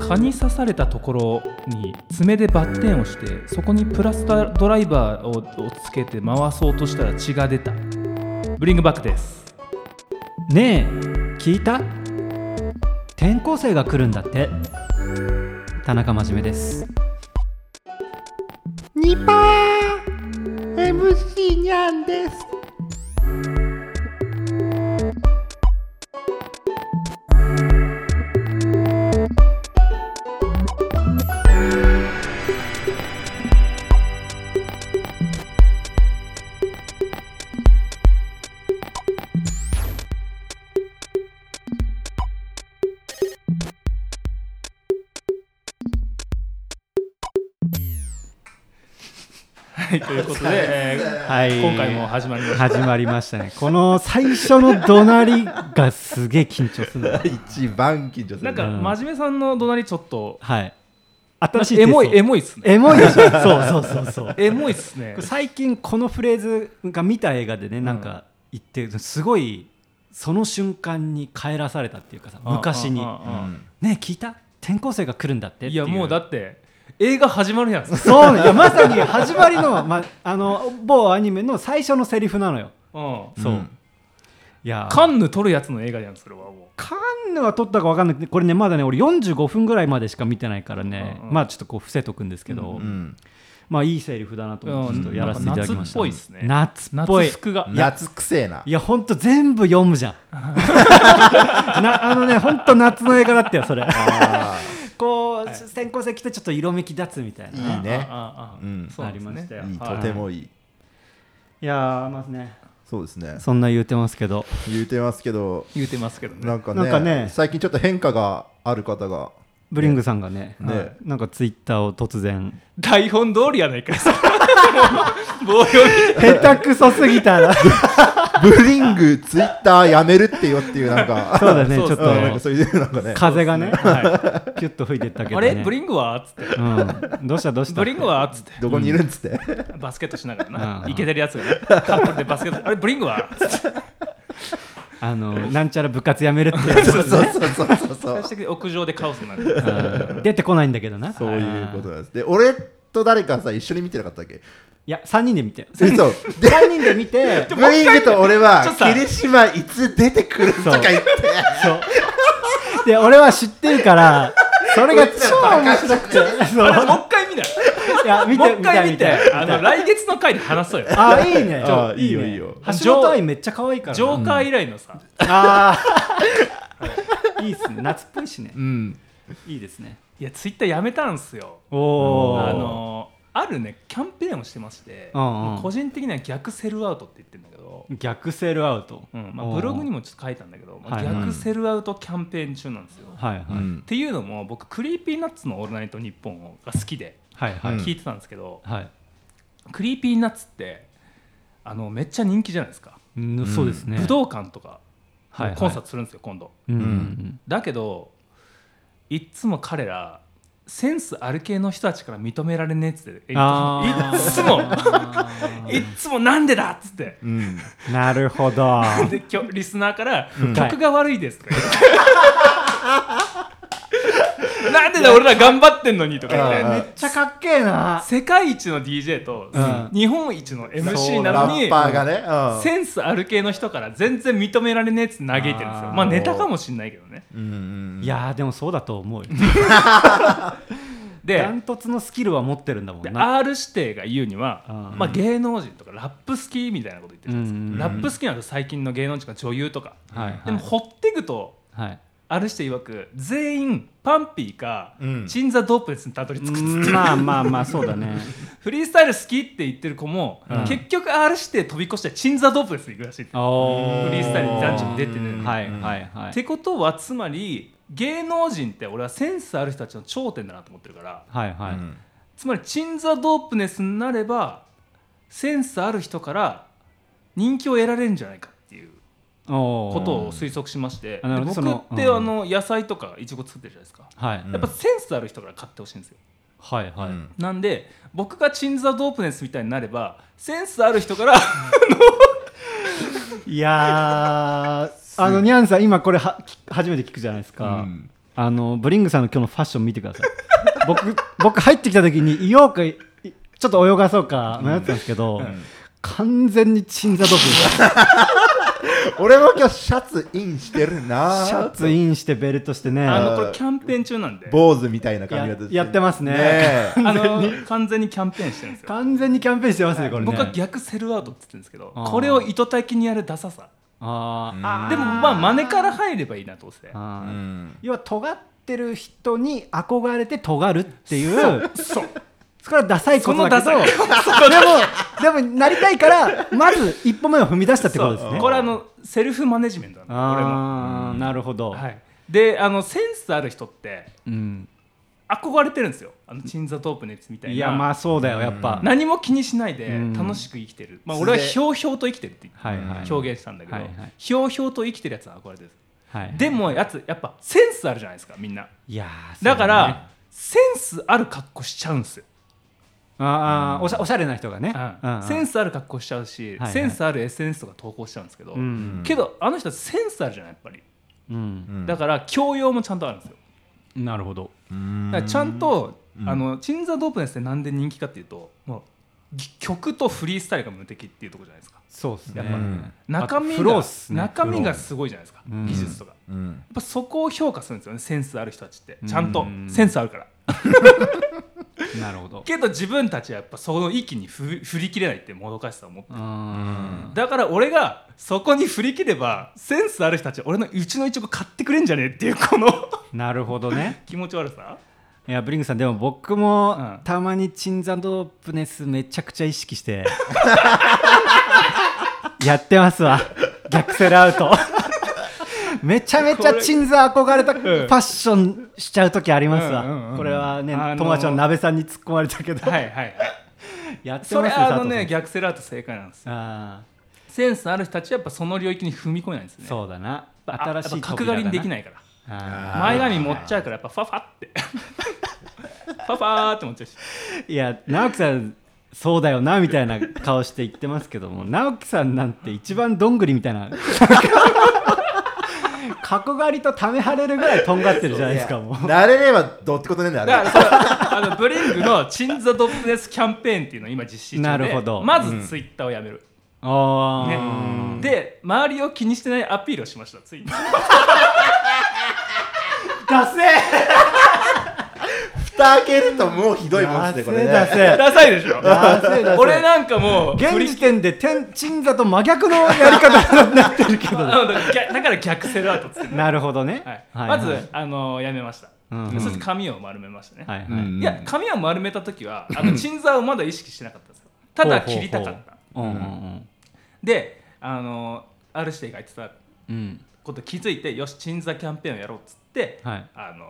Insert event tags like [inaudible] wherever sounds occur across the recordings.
蚊に刺されたところに爪でバッテンをしてそこにプラスドライバーををつけて回そうとしたら血が出たブリングバックですねえ聞いた転校生が来るんだって田中真面目ですニパー MC にゃんですはいということで、はい今回も始まりました始まりましたねこの最初の怒鳴りがすげえ緊張するんだ [laughs] 一番緊張するなんか真面目さんの怒鳴りちょっとはい新しいエモいエモモいっすねエモいでしょそうそうそうそうエモいっすね最近このフレーズが見た映画でねなんか言ってるすごいその瞬間に帰らされたっていうかさ昔にあああああ「ねえ聞いた転校生が来るんだって」あっていいやうもうだって映画始まるやんうん [laughs] そうねいやまさに始まりの,、ま、あの某アニメの最初のセリフなのよそう、うんいやカンヌ撮るやつの映画やんそれはもカンヌは撮ったか分かんないこれねまだね俺45分ぐらいまでしか見てないからね、うんうんまあちょっとこう伏せとくんですけど、うんまあいいセリフだなと思ってちょっとやらせていただきました、うんなんか夏っぽいっすね夏うっぽい夏服が夏くせえないやほんと全部読むじゃんなあのねほんと夏の映画だった [laughs] よそれあこう、転校生来てちょっと色めき立つみたいーない [laughs] いねああああうんそうですねありましたよいいはとてもいいいやーまあねそうですねそんな言うてますけど言うてますけど言うてますけどねなんかなんかねね最近ちょっと変化がある方がブリングさんがねねはいなんかツイッターを突然台本通りやないか [laughs] い棒読み下手くそすぎたら [laughs] そうブリングツイッターやめるってよっていうな [laughs] んかだねちそうょっそうとうんなんかそういうなんかね風がねはピュッと吹いてったけいどあねれブリングはつってうんどうしたどうしたブリングはつってどこにいるんっつってバスケットしながらうんなうんイケてるやつがねカップルでバスケットあれブリングはつってあのなんちゃら部活やめるってやつそうそうそうそうそう最 [laughs] 終的に屋上でカオスになる [laughs] うん出てこないんだけどなそういうことなんですで俺と誰かさ一緒に見てなかったっけいや3人で見て [laughs] えそうで3人で見てブリングと俺はちょっとさ霧島いつ出てくるとか言ってそうで俺は知ってるからそれが超面白くてあれもう一回見ないいや見もうて一見回て見見ててあの来月の回で話そうよあいいねあいいよねいいよ橋本愛めっちゃ可愛いからジョーカー以来のさああいいっすね夏っぽいしねうんいいですねいやツイッターやめたんすよおあおのあるねキャンペーンをしてまして、うんうんもう個人的には逆セルアウトって言ってるんだけど、逆セールアウトうんまあ、ブログにもちょっと書いたんだけど、まあはいはい逆セルアウトキャンペーン中なんですよ。はいはいっていうのも僕クリーピーナッツの「オールナイトニッポン」が好きではいはいうん聞いてたんですけど、はいクリーピーナッツってあのめっちゃ人気じゃないですか、うんそうですね武道館とかコはいはいンサートするんですよ今度。うんうんだけどいっつも彼らセンスある系の人たちから認められねえっつっていあーっつもいっつもなんでだっつってうんうん [laughs] なるほどで今日リスナーからん曲が悪いですとか言ってなんでだ俺ら頑張ってんのにとかあ言ーってめっちゃかっけえな世界一の DJ とうん日本一のそ MC うなラのッにパーがねうんセンスある系の人から全然認められねえっつって嘆いてるんですよあーまあネタかもしんないけどねうんうんいやーでもそうだと思うよでダントツのスキルは持ってるんだもでんな R 指定が言うにはあーまあ、芸能人とかラップ好きみたいなこと言ってるじゃないですか、うんうんうんラップ好きなの最近の芸能人とか女優とか、はいはいでも掘っていくとはいある人曰く全員パンピーかうんチンザ・ドープレスにたどり着くっつって、まあまあまあそうだ [laughs] ねフリースタイル好きって言ってる子も、うん結局 R 指定飛び越してチンザ・ドープレスに行くらしいってフフリリースタイルに男女に出てる、うんはいはいはいってことはつまり芸能人って俺はセンスある人たちの頂点だなと思ってるからはいはい、うんつまりチンザ・ドープネスになればセンスある人から人気を得られるんじゃないかっていうおーことを推測しまして、あなるほでど僕ってそのうあんの野菜とかいちご作ってるじゃないですか、はい、んやっぱセンスある人から買ってほしいんですよはいはい、うんなんで僕がチンザ・ドープネスみたいになればセンスある人 [laughs] からいやーあのニャンさん今これはき初めて聞くじゃないですか、うんあのブリングさんの今日のファッション見てください [laughs] 僕僕入ってきた時にいようかいちょっと泳がそうか迷ってたんですけど、完全に鎮座ドブ俺も今日シャツインしてるなシャツインしてベルトしてねあのこれキャンペーン中なんで坊主みたいな髪型ややってますねねえあの完全にキャンペーンしてるんですよ完全にキャンペーンしてますねこれね僕は逆セルアウトって言ってるんですけどあーこれを意図的にやるダサさあーでもまあ真似から入ればいいなどうせあうーん要は尖ってる人に憧れて尖るっていうそうそれはダサいこそとのだダけどサいでもでもなりたいからまず一歩目を踏み出したってことですねこれあのセルフマネジメントなんだこれもああなるほど、はいであのセンスある人ってうん、憧れてるんですよあのチンザトープネツみたいないやまあそうだよやっぱ、何も気にしないでうん楽しく生きてる、まあ、素俺ではひょうひょうと生きてるってはいはい表現したんだけど、はいはいひょうひょうと生きてるやつは憧れてるはいでもやつやっぱセンスあるじゃないですかみんないやーだかそうらねセンスある格好しちゃうんですよ、あーおしゃおしゃれな人がね、うんセンススある格好しちゃうし、はいはいセンスある SNS とか投稿しちゃうんですけど、うんけどあの人はセンスあるじゃないやっぱりうんうんだから教養もちゃんとあるんですよなるほどうんだからちゃんと、うんあのチンザドープネスってなんで人気かっていうともうぎ曲とフリースタイルが無敵っていうところじゃないですかそうですねやっぱうん中身あとフローが、っすね中身がすごいじゃないですか、うん技術とかやうんっぱそこを評価するんですよねセンスある人たちってちゃんうとんセンスあるからなるほ [laughs] どけど自分たちはやっぱその域にふ振り切れないってもどかしさを持ってうるんだから俺がそこに振り切ればセンスある人たちは俺のうちのいちご買ってくれんじゃねえっていうこの [laughs] なるほどね気持ち悪さいやブリングさんでも僕うもんたまにチンザドープネスめちゃくちゃ意識して [laughs] やってますわ逆セルアウトめちゃめちゃチンザ憧れたファッションしちゃう時ありますわ、うんうんうんうんこれはね、あのー友達の鍋さんに突っ込まれたけど、はいはいはいやってますそよれあの佐藤さねん逆セラート正解なんですよあセンスある人たちはやっぱその領域に踏み込めないんですあねうそうだな新新ししいい角刈りにできないいからあー前髪持っちゃうからやっぱファファって [laughs] ファファーって持っちゃうしいや直樹さんそうだよなみたいな顔して言ってますけども直樹さんなんて一番どんぐりみたいな [laughs] 角刈りとためはれるぐらいとんがってるじゃないですかもう慣れればどうってことねえんだよあだれからそのあのブリングの「チン・ザ・ドップネス」キャンペーンっていうのを今実施中でなるほどまずツイッターをやめる、あねー、で周りを気にしてないアピールをしましたツイッターダセ蓋開けるともうひどいもんダですセねこれねダセダサいでしょ [laughs] ダセダセ俺なんかもう振り現時点で天鎮座と真逆のやり方 [laughs] になってるけどあのだからだから逆セルアウトっつってんだなるほどね、はいはいまはいず、あのやめました、うんそして髪を丸めましたね、はいはいうんいや髪を丸めた時はあの鎮座をまだ意識してなかったんですよただ切りたかったほうほうほううんうんであのある指定が言ってたうんうんこと気づいてよし鎮座キャンペーンをやろうっつって、はいあの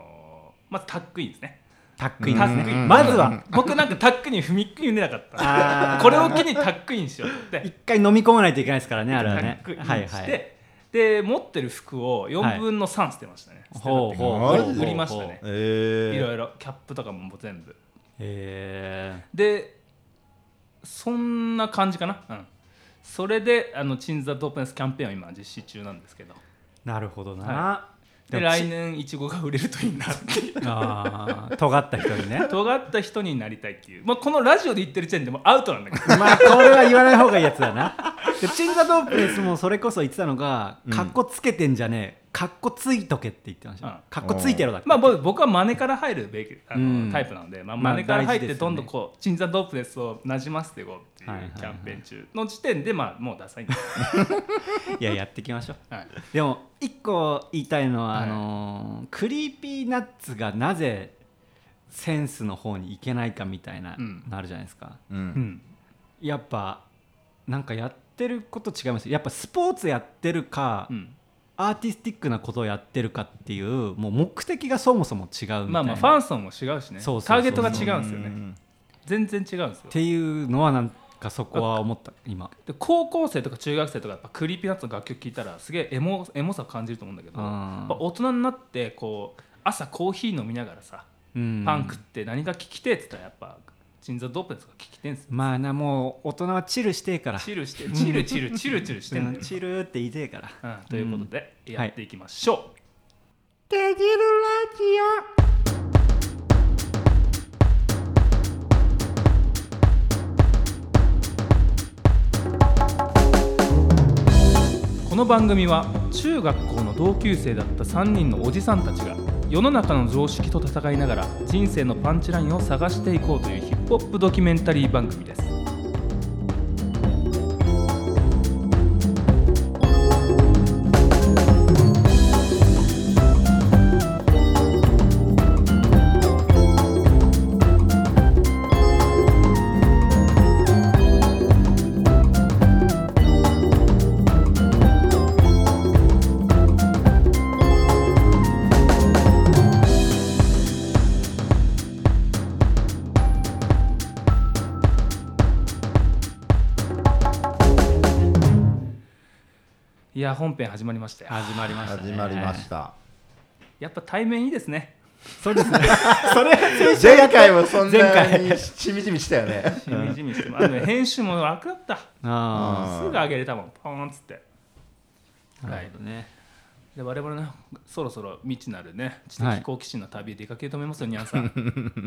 まずタックインですねタックインタですックイねンまずは僕なんかタックに踏み込んでなかったあーこれを機にタックインしようと思って一回飲み込まないといけないですからねあれタはッねクインして、はいはいで持ってる服を4分の3捨てましたね、捨てたっていうかほうほうマジほでう売りましたねえいえろいろキャップとかも全部へでそんな感じかなうんそれであのチンザドープネスキャンペーンを今実施中なんですけどーなるほどな、はででもち来年いちごが売れるといいなっていう [laughs] ああ尖った人にね [laughs] 尖った人になりたいっていう、まあ、このラジオで言ってる時点でもうアウトなんだけど [laughs] まあこれは言わない方がいいやつだなでチンザドープレスもそれこそ言ってたのが「かっこつけてんじゃねえかっこついとけ」って言ってました、うんかっこついてろだっけまあ僕僕は真似から入るべきあの、うんタイプなので、まあ、まあ真似から入っ大事でてすよどねんどんこうチンザドープネスをなじませていこうってはいはいいうはいキャンペーン中の時点でまあもうダサいん [laughs] です、いややっていきましょうはい、でも一個言いたいのは、はいあのークリーピーナッツがなぜセンスの方に行けないかみたいな、うんなるじゃないですかううんんやっぱなんかやってること違いますよやっぱスポーツやってるか、うんアーティスティックなことをやってるかっていうもう目的がそもそも違うみたいな、まあまあフっァン層も違うしねそうそうそうそうターゲットが違うんですようねん全然違うんですよていうのはなんかそこは思った今で高校生とか中学生とかやっぱクリーピーナッツの楽曲聴いたらすげえエモエモさを感じると思うんだけどうんやっぱ大人になってこう朝コーヒー飲みながらさ、うんパンクって何が聴きてえっつったらやっぱチンザドープネスが聴きてえんですよまあなもう大人はチルしてえからチルしてチルチルチルチルしてんうのんよ、チルって言いてえからうん、ということでやっていきましょう、できるラジオこの番組は中学校の同級生だった3人のおじさんたちが世の中の常識と戦いながら人生のパンチラインを探していこうというヒップホップドキュメンタリー番組ですいや本編始まりましたよ始まりました、始まりました。やっぱ対面いいですねそうですねそれ前回もそん前な回にしみじみしたよね。しみじみしてあのね編集も楽だったすああぐー上げれたもんポーンっつってあはないるほどねで我々のそろそろ未知なるね知的好奇心の旅へ出かけると思いますよ、ニャンさん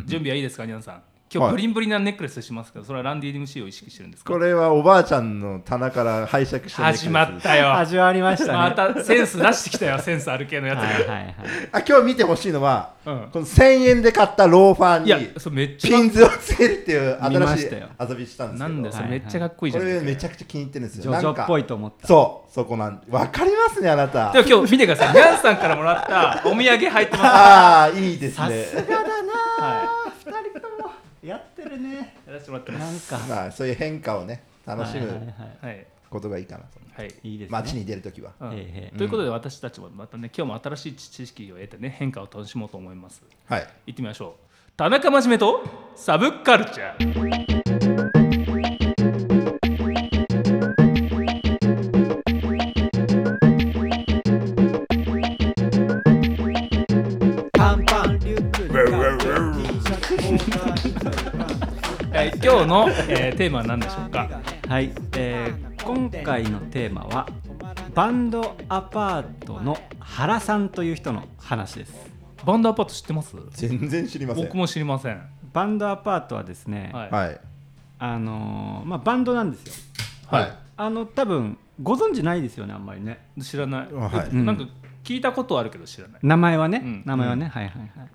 準備はいいですかニャンさん今は日いブリンブリンなネックレスしますけどそれはランディ MC を意識してるんですかこれはおばあちゃんの棚から拝借したネックレス始まったよ味わりましたねまたセンス出してきたよセンスある系のやつが、はいはいはいあ今日見てほしいのは、うんこの1000円で買ったローファいやーにそれめっちゃピンズをつけるっていう見ま新しいしたよ遊びしたんですけどなんだよそれめっちゃかっこいいじこゃん、れめちゃくちゃ気に入ってるんですジよョジなんョかっぽいと思ったそうそこなんわかりますねあなたでも今日見てくださいニャンさんからもらったお土産入 [laughs] ってまああいいですさすがねだすなはあ二人ともやってるねいやらせてもらってまなんすかまあそういう変化をね楽しはいはいむはいはいことがいいかなとはいいいですね街に出るときはうんへいへいということで私たちもまたね今日も新しい知識を得てね変化を楽しもうと思いますはい行ってみましょう田中真面目とサブカルチャー短パンリュックにえー今日の、えーテーマは何でしょうかはい、えー今回のテーマはバンドアパートの原さんという人の話ですバンドアパート知ってます全然知りません僕も知りませんバンドアパートはですね、はい、はいあのーまあバンドなんですよはいあの多分ご存知ないですよねあんまりね知らない、はういんなんか聞いたことはあるけど知らない名前はね、うん名前はね、はいはいはい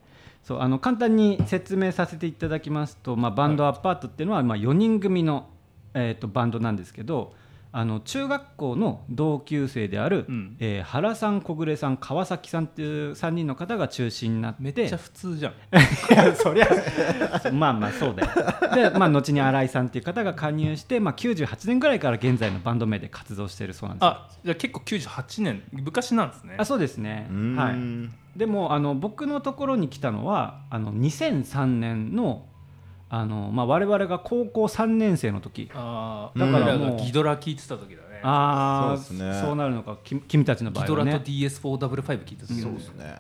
そうあの簡単に説明させていただきますと、まあ、バンドアパートっていうのは、まあ、4人組の、えー、とバンドなんですけどあの中学校の同級生である、うんえー原さん小暮さん川崎さんっていう3人の方が中心になってめっちゃ普通じゃんいやそりゃまあまあそうだよで、まあ、後に新井さんっていう方が加入して、まあ、98年ぐらいから現在のバンド名で活動しているそうなんですよあじゃあ結構98年昔なんですねあそうですねうーんはいでもあの僕のところに来たのはあの2003年のあの、まあ、我々が高校3年生の時あだだかかららもうギドラ聞いてた時だねああそうですねそうなるのかき君たちの場ギ合ドはラとね DS4W5 聞いてた時だそうねですね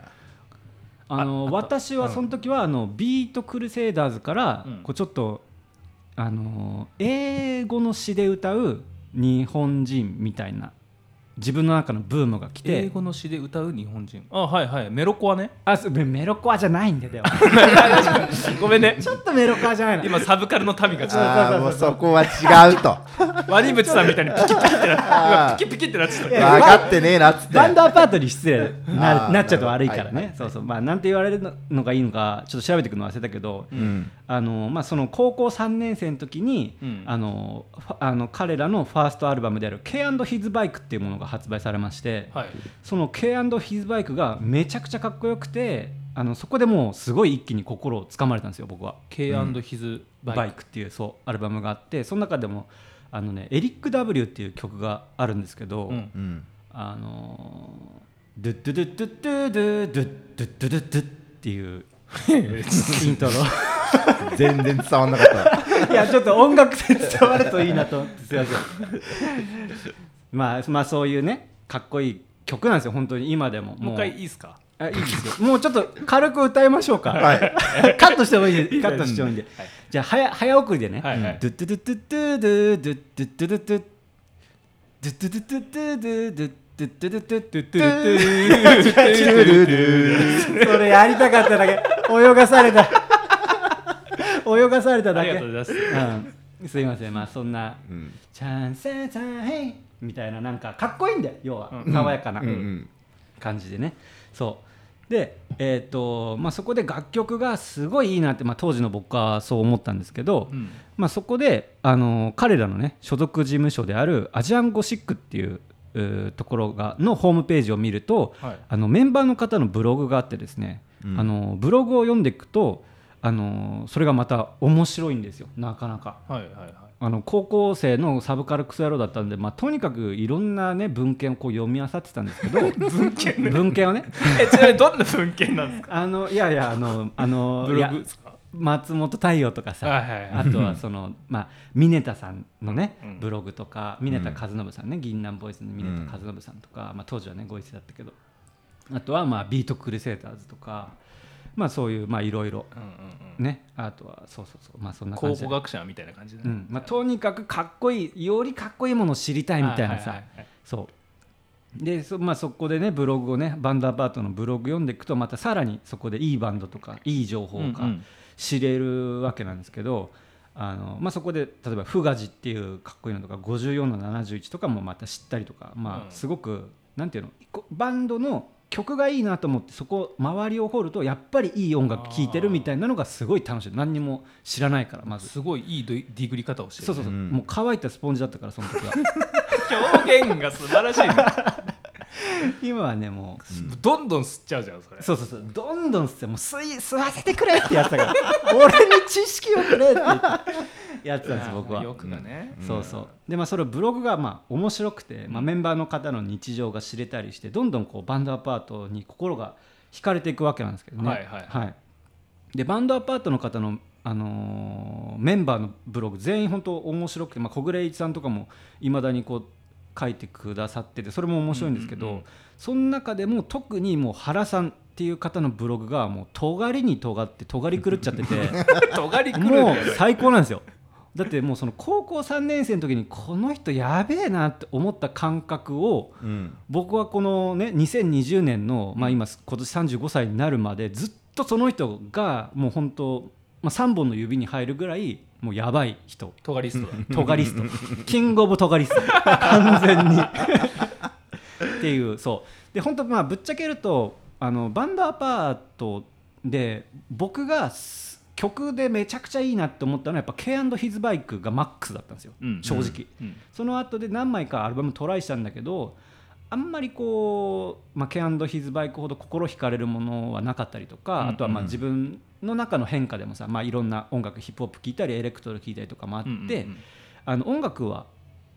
あの私はその時はあのビートクルセイダーズから、うんこうちょっとあの英語の詩で歌う日本人みたいな自分の中のブームが来英て語の詩で歌う日本人あはいはいメロコアねあそうメメロコアじゃないんだよ [laughs] ごめんね [laughs] ちょっとメロコアじゃ [laughs] ないの今サブカルの民がちょっああもうそこは違うとわとワニブチさんみたいにピキピキってな今ピキピキってなってたけどかってねえなっつってバンドアパートに失礼なあーなっちゃうと悪いからはいはいはね、そうそう、まあ、なんて言われるのがいいのか、ちょっと調べていくの忘れたけど、うんあのまあ、その高校3年生の時に、うんあのファあの彼らのファーストアルバムである K&His Bike っていうものが発売されまして、はいその K&His Bike がめちゃくちゃかっこよくて、あのそこでもうすごい一気に心をつかまれたんですよ、僕は。 K&His バイバイクっていうそうアルバムがあって、その中でもあの、ね、エリック・ W っていう曲があるんですけど。うんうんあのー、ドゥドゥドゥドゥドゥドゥドゥドゥドゥドゥドゥっていうイントロ全然伝わんな [laughs] かったいやちょっと音楽で伝わるといいなと思ってすいませんまあまあそういうねかっこいい曲なんですよ本当に今でももう一回いいいですかあいいですよもうちょっと軽く歌いましょうか、はいカットしてもいいですカットしてもいいんで、じゃあ早早送りでね、はいはいドゥドゥドゥドゥドゥドゥドゥドゥドゥドゥドゥドゥドゥドゥドゥドゥドゥドゥトゥットゥトゥトゥトゥトゥトゥチュルルそれやりたかっただけ泳がされた泳がされたあだりけがとうございます。うん、すいませんまあそんなうん「チャンスチャンヘイ」みたいななんかかっこいいんだよ要はうん爽やかなうんうん感じでねそうでえっ、とまあそこで楽曲がすごいいいなって、まあ、当時の僕はそう思ったんですけど、うんまあ、そこであの彼らのね所属事務所であるアジアンゴシックっていううーところがのホームページを見ると、はいあのメンバーの方のブログがあってですね、うんあのブログを読んでいくとあのそれがまた面白いんですよなかなか。はいはいはあの高校生のサブカルクソ野郎だったんで、まあ、とにかくいろんな、ね、文献をこう読み漁ってたんです [laughs] けど文献、をねい。え、ちなみにどんな文献なんですかあのいやいやあのあのブいロやグですか松本太陽とかさ、 [laughs] はいはいはいあとはその、まあ、峰田さんのね、うんブログとか峰田和伸さんね、銀杏ボーイスの峰田和伸さんとか、まあ、当時はねご一緒だったけどあとは、まあ、ビートクルセーターズとか、まあ、そういうまあいろいろうんうんねあとはそうそうそうまあそんうん。な感考じで古学者みたいな感じでうねんまあ、とにかくかっこいいよりかっこいいものを知りたいみたいなさ、はいはいはいはいそうでそ,、まあ、そこでねブログをねバンドアパートのブログ読んでいくとまたさらにそこでいいバンドとかいい情報うんうがん知れるわけなんですけど、あのまあ、そこで例えば「フガジ」っていうかっこいいのとか54の71とかもまた知ったりとか、まうんあ、すごく、なんていうのこバンドの曲がいいなと思ってそこ周りを掘るとやっぱりいい音楽聴いてるみたいなのがすごい楽しい何にも知らないからまずすごいいいディグリ方をしてるそうそうそう、うんもう乾いたスポンジだったからそ [laughs] の時は表現が素晴らしいね今はねもどんどん吸っちゃうじゃんそうれそうそうそうどんどん吸ってもう吸い吸わせてくれってやってたから俺に知識をくれって言ってやってたんです僕は、欲がねそうそうでまあそれブログがまあ面白くて、まあ、メンバーの方の日常が知れたりしてどんどんこうバンドアパートに心が惹かれていくわけなんですけどねはいはいでバンドアパートの方のあのーメンバーのブログ全員本当面白くて、まあ、小暮一さんとかもいまだにこう書いてくださっててそれも面白いんですけど、うんうんうんその中でも特にもう原さんっていう方のブログがもう尖りに尖って尖り狂っちゃってて [laughs] 尖り狂るんだもようね最高なんですよだってもうその高校3年生の時にこの人やべえなって思った感覚をうん僕はこのね2020年の、まあ、今今年35歳になるまでずっとその人がもう本当、まあ、3本の指に入るぐらいもうやばい人尖りストだトガリストキングオブトガリスト完全にっていうそうで本当まあぶっちゃけるとあのバンドアパートで僕がす曲でめちゃくちゃいいなって思ったのはやっぱ K&His バイクがマックスだったんですよ、うん正直、うんその後で何枚かアルバムトライしたんだけどあんまりこう、まあ、K&His バイクほど心惹かれるものはなかったりとか、うんあとはまあうん自分の中の変化でもさ、まあ、いろんな音楽ヒップホップ聴いたりエレクトロ聴いたりとかもあって、うんうんうんあの音楽は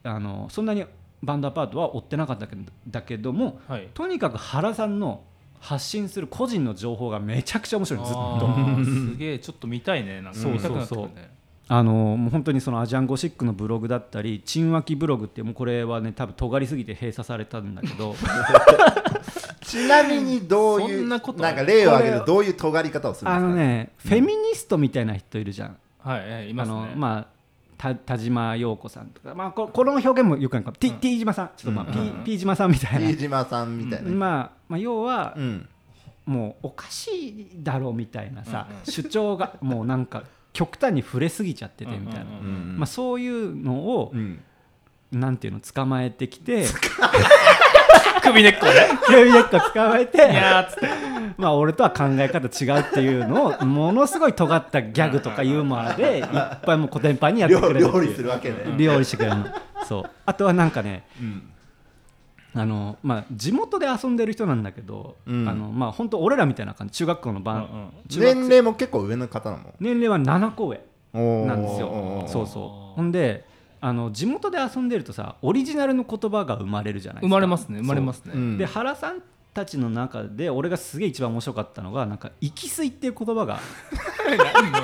あのそんなにバンドアパートは追ってなかったけどだけどもはいとにかく原さんの発信する個人の情報がめちゃくちゃ面白いのずっと。あーすげえちょっと見たいねなんかそう見たくなってそくうそうるねあのもう本当にそのアジアンゴシックのブログだったり、チンワキブログって、もうこれはね、多分尖りすぎて閉鎖されたんだけ [laughs] ど、ちなみにどういそんうななことんか例を挙げるとどういう尖り方をするんであすかのね、フェミニストみたいな人いるじゃん、はいはいいあますのねまあ、た田島陽子さんとか、まあ、ここの表現もよくないかも、T- T 島さん、ちょっとまあ、うん P, P 島さんみたいな、飯島さんみたいなまあ、まあ、要はう、んもうおかしいだろうみたいなさうんうん、主張が [laughs] もうなんか、極端に触れすぎちゃっててみたいなうんうんう、んまあ、そういうのをう、んなんていうの、捕まえてきて、首根っこね指でっこ捕まえてい。やーっつってまあ、俺とは考え方違うっていうのをものすごい尖ったギャグとかユーモアでいっぱいもう古典版にやってく料れるっていう料理するわけね料理してくれるのそうあとはなんかねうんあの、まあ、地元で遊んでる人なんだけど、うんあのまあ本当俺らみたいな感じ中学校の番、うんうん中学年齢も結構上の方なの年齢は7個上おーなんですよそうそうほんであの地元で遊んでるとさオリジナルの言葉が生まれるじゃない生ですかまれますね生まれますうねんで原さんたちの中で俺がすげえ一番面白かったのがなんか「息吸い」っていう言葉もがう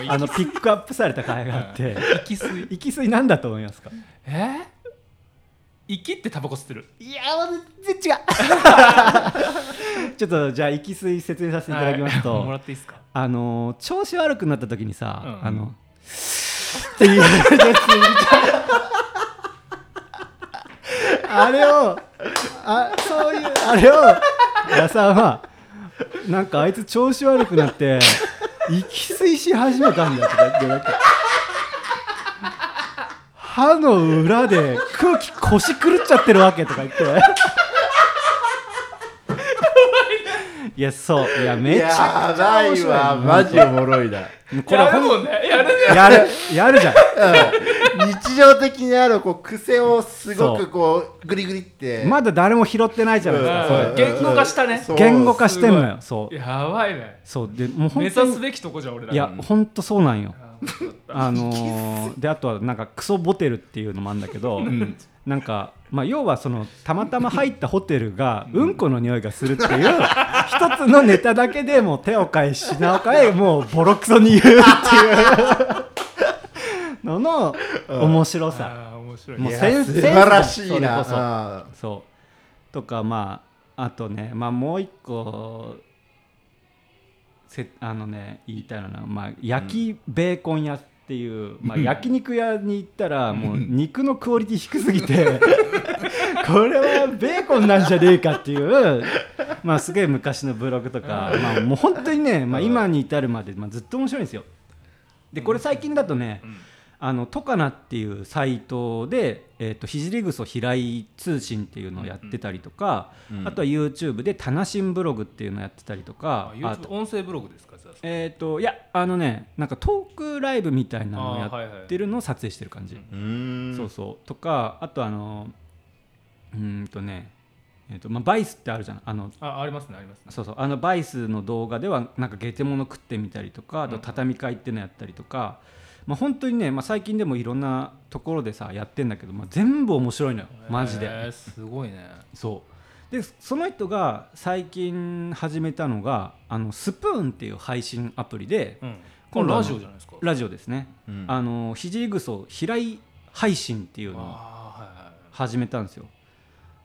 あのピックアップされた回があっ [laughs] て息吸い息吸いなんだと思いますかえー息ってタバコ吸ってるいや全然違うちょっとじゃあ息吸い説明させていただきますと、はいもらっていいですかあのー調子悪くなった時にさ、うんあのっていうやつみたいなあれをあそういうあれを矢さんはなんかあいつ調子悪くなって息吸いし始めたんだとか言ってなんか歯の裏で空気腰狂っちゃってるわけとか言っていやそういやめちゃくちゃやばいわマジおもろいな、これやるほんもんねやるねやるやるじゃんうん日常的にあるこう癖をすごそうくこうグリグリってまだ誰も拾ってないじゃないですか、うんそれう言語化したねそう言語化してんのよそうやばいねそうでもう目本当指すにべきとこじゃん俺らいや本当そうなんよあーよかったあの [laughs] ーであとはなんかクソボテルっていうのもあるんだけど、なんか、まあ、要はそのたまたま入ったホテルがうんこの匂いがするっていう一つのネタだけでもう手を変え品を [laughs] 変えもうボロクソに言うっていうのの面白さ、あー面白いもういやセン素晴らしいなセンスだあそうとかまああとね、まあ、もう一個せあのね言いたいのは、まあ、焼きベーコン屋っていう、まあ、焼肉屋に行ったらもう肉のクオリティ低すぎてこれはベーコンなんじゃねえかっていう、まあ、すげえ昔のブログとか、まあ、もう本当にね、まあ、今に至るまで、まあ、ずっと面白いんですよ。でこれ最近だとね、あのトカナっていうサイトで、えー、とひじりぐそ飛来通信っていうのをやってたりとか、あとは YouTube で「たなしんブログ」っていうのをやってたりとあかあ YouTube と,、音声ブログですかじゃあえー、といやあのねなんかトークライブみたいなのをあーはいやはいってるのを撮影してる感じ、うーんそうそうとかあとあのうーんとね、えーとまあ、バイスってあるじゃんあのあありますねありますねそうそうあのバイスの動画ではなんかゲテモノ食ってみたりとかあと畳み替えっていうのやったりとか、まあ、本当にね、まあ、最近でもいろんなところでさやってんだけど、まあ、全部面白いのよマジで、へーすごいねそうでその人が最近始めたのがあのスプーンっていう配信アプリで、うんこ今れ度はラジオじゃないですかラジオですね、うんあのひじりぐそ平井配信っていうのをあ始めたんですよ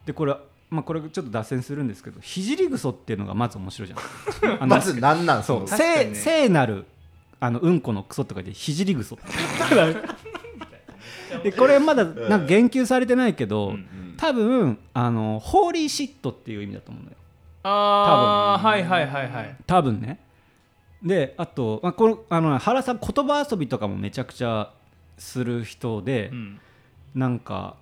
でこれまあこれちょっと脱線するんですけどひじりぐそっていうのがまず面白いじゃんあのまず何なんそうそ確かに聖ね聖なるあのうんこのクソとかでひじりぐそ [laughs] でこれまだなんか言及されてないけど、多分あのホーリーシットっていう意味だと思うんだよあーはいはいはいはい多分ねであと、まあ、このあの原さん言葉遊びとかもめちゃくちゃする人で、うんなんか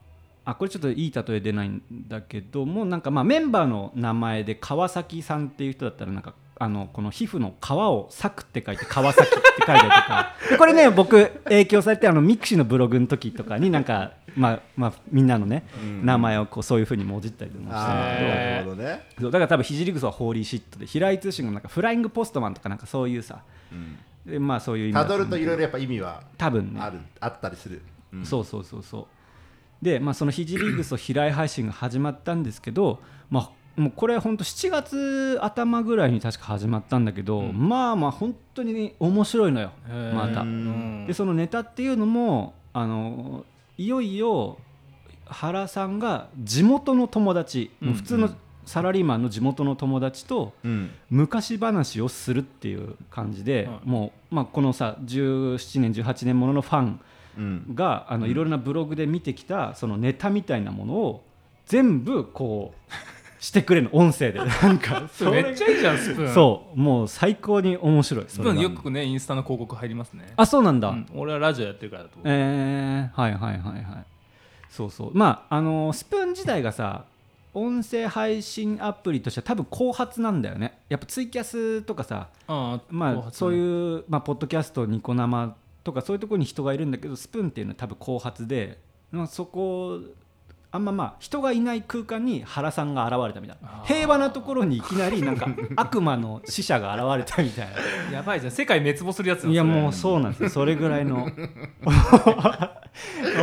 あこれちょっといい例え出ないんだけどもなんかまあメンバーの名前で川崎さんっていう人だったらなんかあのこの皮膚の皮を「裂く」って書いて「川崎」って書いたりとかで [laughs] これね僕影響されてあのミクシーのブログの時とかになんか、まあまあ、みんなのね、名前をこうそういうふうにもじったりとかもしてたんだあけどーへーなるほどねそうだから多分ひじりぐそはホーリーシットで平井通信がなんかフライングポストマンとかなんかそういうさ、でまあそういう意味だたとど思うるといろいろやっぱ意味は多分ねあるあったりするそうそうそうそうで、まあ、そのひじりぐそ飛来配信が始まったんですけど、まあ、もうこれ本当7月頭ぐらいに確か始まったんだけど、まあまあ本当に面白いのよへーまたう。んでそのネタっていうのもあのいよいよ原さんが地元の友達、もう普通のサラリーマンの地元の友達とうん昔話をするっていう感じで、はいもう、まあ、このさ17年18年もののファンうんがあのいろいろなブログで見てきたそのネタみたいなものを全部こ [laughs] うしてくれるの音声でなんかそめっれちゃいいじゃんスプーンそうもう最高に面白いスそプれーはンよくねインスタの広告入りますねあそうなんだ、うん俺はラジオやってるからだと思うえーはいはいはいはいそうそうまああのスプーン自体がさ音声配信アプリとしては多分後発なんだよねやっぱツイキャスとかさあーまあそうういう、まあ、ポッドキャストニコ生とかそういうところに人がいるんだけどスプーンっていうのは多分後発で、まあ、そこあんままあ人がいない空間に原さんが現れたみたいあなー発平和なところにいきなり [laughs] なんか悪魔の死者が現れたみたいやばいじゃん世界滅亡するやつないやもうそうなんですよそれぐら [laughs] いの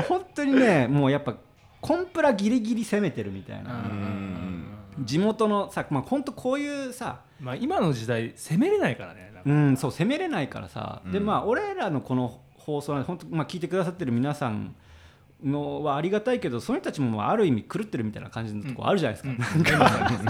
本当にねもうやっぱコンプラギリギリ攻めてるみたいうんうんうなん地元のさまあ本当こういうさまあ今の時代攻めれないからねなんかうん、そう攻めれないからさ、でうんまあ俺らのこの放送は本当、まあ、聞いてくださってる皆さんのはありがたいけどその人たちもまあある意味狂ってるみたいな感じのとこあるじゃないですか、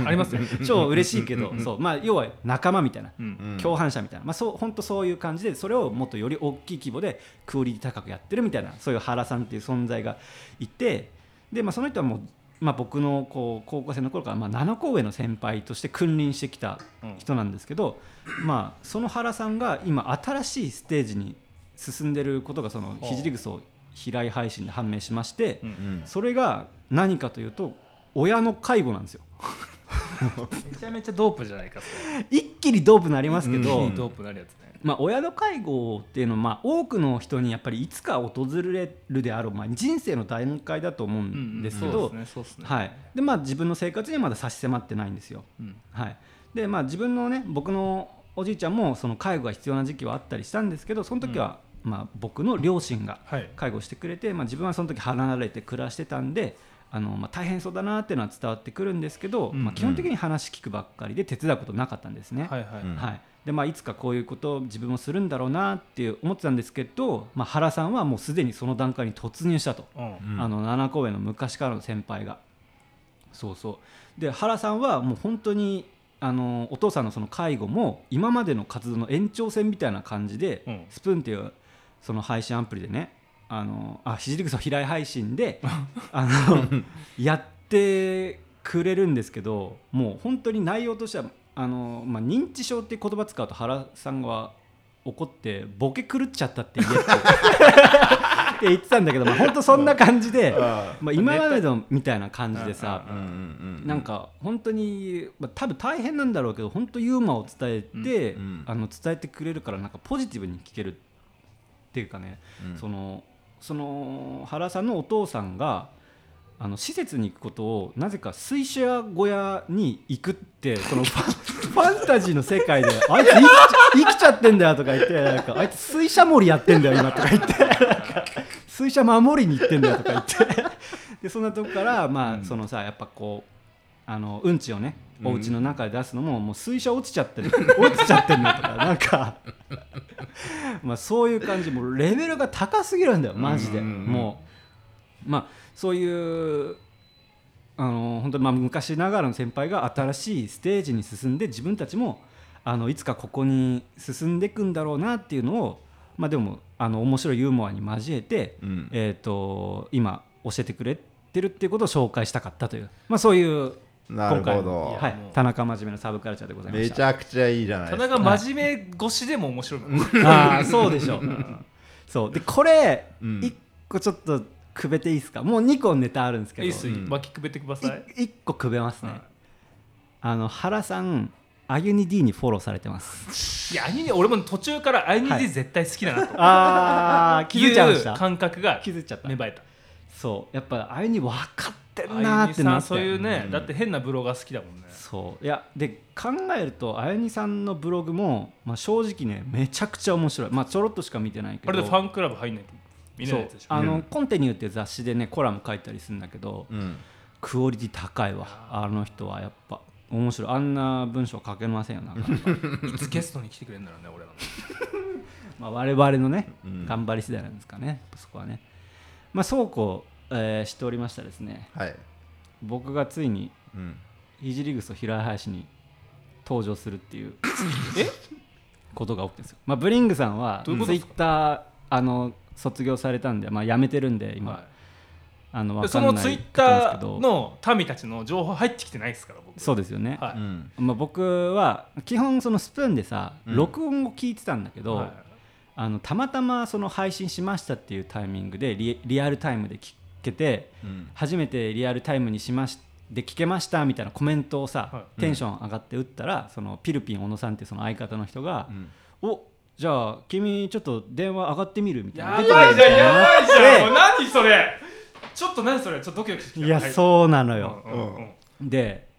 ありますよ超嬉しいけど、そうまあ、要は仲間みたいな、うんうん共犯者みたいな、まあ、そう本当そういう感じでそれをもっとより大きい規模でクオリティ高くやってるみたいなそういう原さんっていう存在がいてで、まあ、その人はもうまあ、僕のこう高校生の頃からまあ7校上の先輩として君臨してきた人なんですけど、まあ、その原さんが今新しいステージに進んでることがそのああひじりぐそ飛来配信で判明しましてうんうんそれが何かというと親の介護なんですよめちゃめちゃドープじゃないかそれ一気にドープになりますけど、うんドープなるやつねまあ、親の介護っていうのは、まあ、多くの人にやっぱりいつか訪れるであろう、まあ、人生の段階だと思うんですけどそうですねそうですねはいでまあ自分の生活にはまだ差し迫ってないんですよ。うんはい、でまあ自分のね僕のおじいちゃんもその介護が必要な時期はあったりしたんですけどその時は、まあ、僕の両親がはい介護してくれて、まあ、自分はその時離れて暮らしてたんであの、まあ、大変そうだなっていうのは伝わってくるんですけど、うんまあ、基本的に話聞くばっかりで手伝うことなかったんですね。はいはいうんはいでまあ、いつかこういうことを自分もするんだろうなっていう思ってたんですけど、まあ、原さんはもうすでにその段階に突入したと、うんあの7公演の昔からの先輩がそうそうで原さんはもう本当にあのお父さんのその介護も今までの活動の延長線みたいな感じで、うんスプーンっていうその配信アプリでねあのあひじりぐそ平井配信 [laughs] であのやってくれるんですけどもう本当に内容としてはあの、まあ、認知症って言葉使うと原さんは怒ってボケ狂っちゃったって言えってって言ってたんだけど、まあ、本当そんな感じで、あまあ、今までのみたいな感じでさ、ーうんうんうんなんか本当に、まあ、多分大変なんだろうけど本当ユーモアを伝えて、うんうんあの伝えてくれるからなんかポジティブに聞けるっていうかね、うんそのその原さんのお父さんがあの施設に行くことをなぜか水車小屋に行くってそのファン [laughs] ファンタジーの世界で「あいつ生きちゃ生きちゃってんだよ」とか言ってなんか「あいつ水車盛りやってんだよ今」とか言ってなんか水車守りに行ってんだよ」とか言って [laughs] でそんなとこからまあ、そのさやっぱこうあのうんちをねお家の中で出すのも、もう水車落ちちゃってる [laughs] 落ちちゃってるのとかなんか [laughs] まあそういう感じもうレベルが高すぎるんだよマジで、うんうんうんもうまあそういうあの本当にまあ昔ながらの先輩が新しいステージに進んで自分たちもあのいつかここに進んでいくんだろうなっていうのをまあでもあの面白いユーモアに交えて、うんえー、と今教えてくれてるっていうことを紹介したかったという、まあ、そういうなるほ今回どのはい、田中真面目のサブカルチャーでございまめしたちゃくちゃいいじゃないたですだかが真面目越しでも面白いもんねああそうでしょうそうでこれ、一うん個ちょっとくべていいですかもう2個ネタあるんですけいどいっすうん巻きくべてください1個くべますね、はいあの原さんあゆに D にフォローされてますいやアニメ俺も途中からアニはメい絶対好きだなとあ [laughs] あ気づいちゃいましいうた感覚が気づいちゃった芽生えたそうやっぱあゆに分かってるあなーゆってみさなっんてそういうねうんだって変なブロが好きだもんねそういやで考えるとあやにさんのブログも、まあ、正直ねめちゃくちゃ面白い、まあ、ちょろっとしか見てないけどあれでファンクラブ入んないと見れないやつでしそうょあの、うんコンテニューっていう雑誌でねコラム書いたりするんだけど、うんクオリティ高いわあの人はやっぱ面白いあんな文章書けませんよなかなかいつゲストに来てくれるんだろうね俺らのまあ我々のねうん頑張り次第なんですかねそこはねまあそうこう、えーしておりましたですねはい僕がついにうんいじりぐそ平林に登場するっていうことが起きてるんですよ、まあ、ブリングさんはどツイういうことでッすかターあの卒業されたんで、まあ、辞めてるんで今、はあのいわでかそんないのツイッタ方ですけどーの民たちの情報入ってきてないですから僕そうですよね、はういんまあ、僕は基本そのスプーンでさ、うん録音を聞いてたんだけど、はいあのたまたまその配信しましたっていうタイミングでリリアルタイムで聞けてうん初めてリアルタイムにしましで聞けましたみたいなコメントをさ、はいテンション上がって打ったら、そのピルピン小野さんっていうその相方の人がう「んおじゃあ君ちょっと電話上がってみる」みたいやなばいじゃんやばいじゃんもうで何それちょっと何それちょっとドキドキしてきたいやはいそうなのうよ、んうんうんで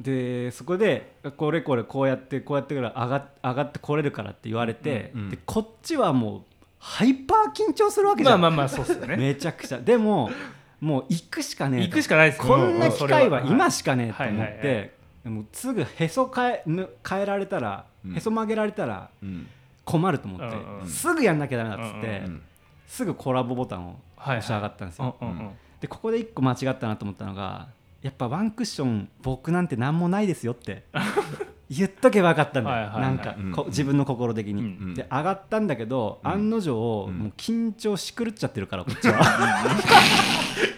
でそこでこれこれこうやってこうやってから上がっ上がってこれるからって言われて、うんうんでこっちはもうハイパー緊張するわけじまゃあん、まあまあそうっすよねめちゃくちゃでももう行くしかねえ行くしかかないですよこんな機会はうん今しかねえと思はっいはいはいてでもすぐへそ変えぬ変えられたら、うんへそ曲げられたらうん困ると思って、うんうんすぐやんなきゃダメだっつって、うんすぐコラボボタンを押し上がったんですよ、うんうんうんでここで一個間違ったなと思ったのがやっぱワンクッション僕なんて何もないですよって言っとけばよかったんだよはいはいはいなんか、こうん自分の心的に、うんうんで上がったんだけど、案の定、んもう緊張しくるっちゃってるからこっちは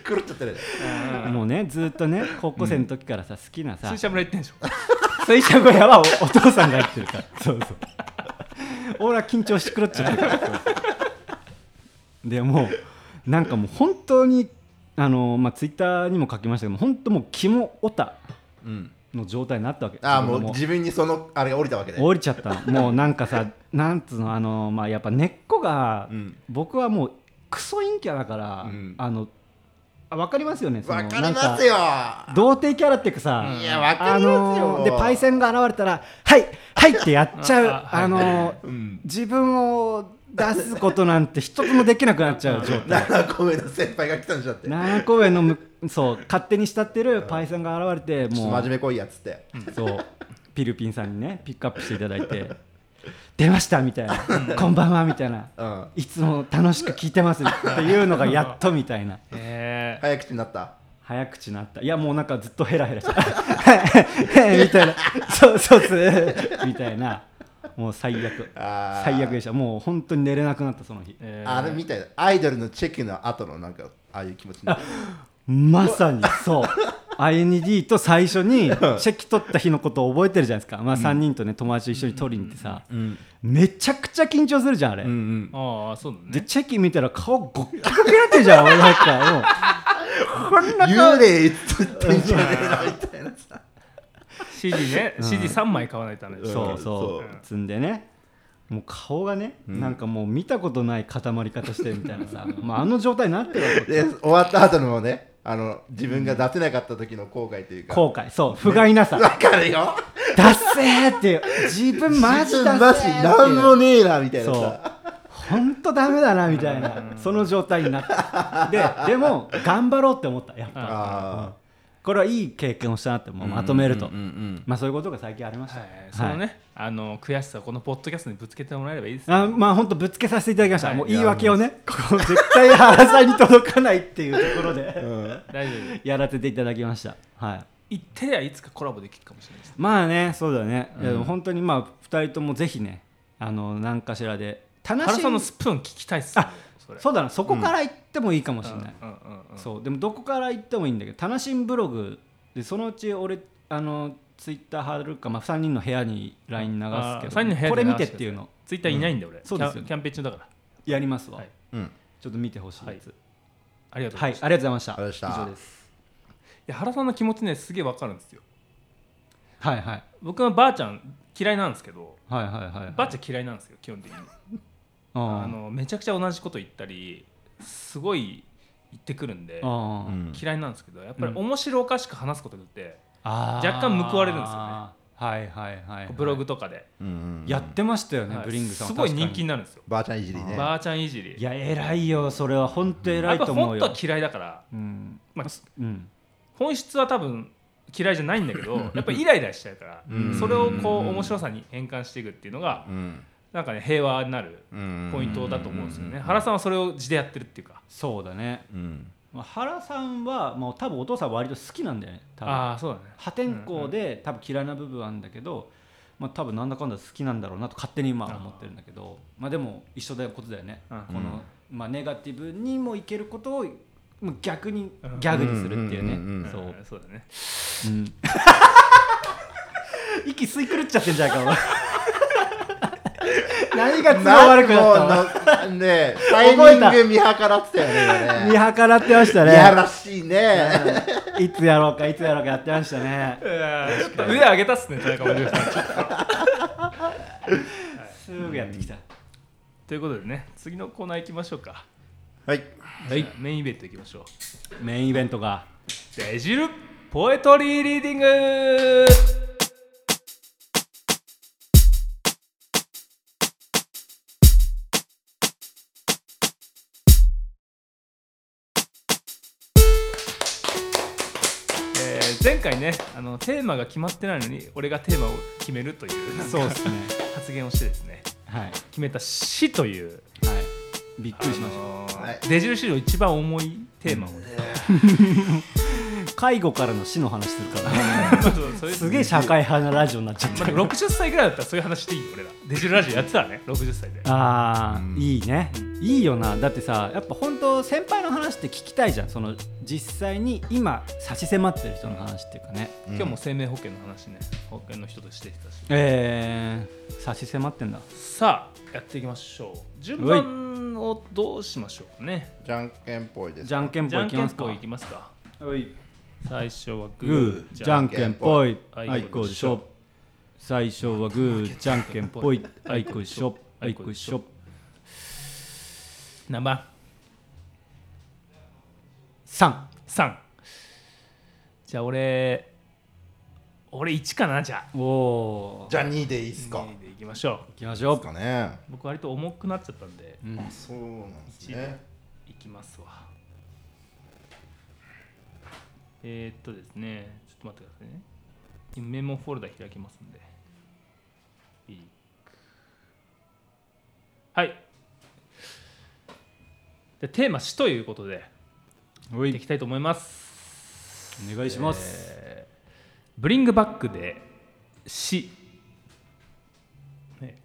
狂っちゃっってる。もうねずっとね高校生の時からさ好きなさ水車村行ってんでしょ水車小屋はおお父さんがやってるからそうそう俺は緊張しくろっちゃってるからそうそうでもうなんかもう本当にあのまあツイッターにも書きましたけど本当もう肝オタうん。の状態になったわけああ、そもれうが自分にそのあれが降りたわけで。降りちゃったもうなんかさなんつうのあのまあやっぱ根っこが、うん僕はもうクソ陰キャだから、うんあのあわかりますよねそのわかりますよ。なんか童貞キャラっていうかさ、いや、わかありますよ。のーでパイ [laughs] センが現れたら「はいはい」ってやっちゃうああ、あのーうん。自分を出すことなんて一つもできなくなっちゃう状態7個上の先輩が来たんでしょだって。ちょ7公園のむそう勝手に慕ってるパイセンが現れてっともう真面目こいやっつって。そうピルピンさんにねピックアップしていただいて「出ました」みたいな「こんばんは」みたいなうん。 「いつも楽しく聞いてます」っていうのがやっとみたいなえ早口になった。早口なったいやもうなんかずっとヘラヘラして [laughs] みたいな「そうそうそう」みたいなもう最悪あー最悪でしたもう本当に寝れなくなったその日えあれみたいな。アイドルのチェキの後のなんか、ああいう気持ちになる。まさにそう IND と最初にチェキ取った日のことを覚えてるじゃないですか、まあ、3人とね友達と一緒に取りに行ってさ、んめちゃくちゃ緊張するじゃんあれ、んああそうだでねチェキ見たら顔ゴッキゴキになってるじゃん俺なんかもうこんな幽霊っつってんじゃねえなみたいなさ。 CD ね CD3 枚買わないとダメでしょそうそそうう積んでねもう顔がね、なんかもう見たことない固まり方してるみたいな [laughs] さまああの状態になってるわけで、終わった後のね、あの、自分が出せなかった時の後悔というか。後悔そう不甲斐なさ、わかるよ。出せーっていう自分マジだマジなんもねえなみたいなそうさ。本当ダメだなみたいなその状態になったででも頑張ろうって思ったやっぱあこれはいい経験をしたなってもうあ。まとめると、うんうんうんまあそういうことが最近ありました、はいそのね、あの悔しさをこのポッドキャストにぶつけてもらえればいいですねあまあ本当ぶつけさせていただきました、はいもう言い訳をねここ絶対原さんに届かないっていうところで [laughs] 大丈夫やらせていただきましたはい行ってりゃいつかコラボできるかもしれないですねまあねそうだね、いやでも本当にまあ2人ともぜひねあの何かしらで楽原しさんのむスプーン聞きたいっすねあそれそうだなそこから行ってもいいかもしれない、うんうんうんそうでもどこから行ってもいいんだけど楽しんブログでそのうち俺あのツイッター貼るか、まあ、3人の部屋に LINE 流あーす三人の部けど屋こでれ流し見ててっていうのツイッターいないんで俺、そうですキャよンキャンペーン中だからやりますわ、はいうん。ちょっと見てほしいですはありがとうございはまい、した、ありがとうございましたありがとうございました以上ですいや原さんの気持ちねすげえわかるんですよはいはい僕はばあちゃん嫌いなんですけどはいはいはいばあちゃん嫌いなんですよ基本的にああのめちゃくちゃ同じこと言ったりすごい言ってくるんであーうん嫌いなんですけどやっぱりうん面白おかしく話すことによって、あー若干報われるんですよねはいはいはい、はい、ブログとかで、うんやってましたよね、はいブリングさんすごい人気にななるんですよばあちゃんいじりね。ばあちゃんいじりいや偉いよそれは本当や偉っいぱと思う本当よは嫌いだから、うんまあ、うん本質は多分嫌いじゃないんだけどやっぱイライラしちゃうからうんそれをこう面白さに変換していくっていうのがうんなんかね平和になるうんポイントだと思うんですよね原さんはそれを地でやってるっていうかそうだねうん。まあ、原さんはもう多分お父さん割と好きなんだよね多分ああそうだね破天荒で多分嫌いな部分はあるんだけど、まあ、多分なんだかんだ好きなんだろうなと勝手に今は思ってるんだけどまあ、でも一緒だよことだよね、うんこの、まあ、ネガティブにもいけることをもう逆にギャグにするっていうね、うんうんうんうんそう、んそうだねうん、 [laughs] 息吸い狂っちゃってんじゃないかお前何が都合悪くなったのたねえ、タイミング見計らってたよね。見今ね計らってましたいねやらしいね。うんいつやろうかいつやろうかやってましたねちょっと腕上げたっすね田中文さんすぐやってきた、ということでね次のコーナー行きましょうかはい。はいメインイベント行きましょうメインイベントがデジルポエトリーリーディングえー前回ねあのテーマが決まってないのに俺がテーマを決めるというそうですね発言をしてですね [laughs] はいはい決めた「死」という、びっくりしましあのーはいデジル史上一番重いテーマを、た介護からの死の話するから [laughs] それすげえ社会派なラジオになっちゃっまたあ、で [laughs] も60歳ぐらいだったらそういう話していいよ俺らデジルラジオやってたらね60歳であーいいねいいよなだってさやっぱ本当先輩の話って聞きたいじゃんその実際に今差し迫ってる人の話っていうかね、今日も生命保険の話ね保険の人としてきたしえー、差し迫ってんださあやっていきましょう順番をどうしましょうかねじゃんけんぽいですじゃんけんじぽゃいいんきけんますかぽいいきますかはい最初はグーグーじゃんけんぽいあいあいこでしょ最初はグーじゃんけんぽいあいこでしょあいこでしょ何番3 3じゃあ俺俺1かなじゃあおおじゃあ2でいいっすか2でいきましょいきましどょうかねう僕割と重くなっちゃったんであそうなんですねいきますわえー、っとですねちょっと待ってくださいね今メモフォルダ開きますんでいいはいでテーマ「死」ということでうおいっていきいたいと思いますお願いしますブリングバックで死、ね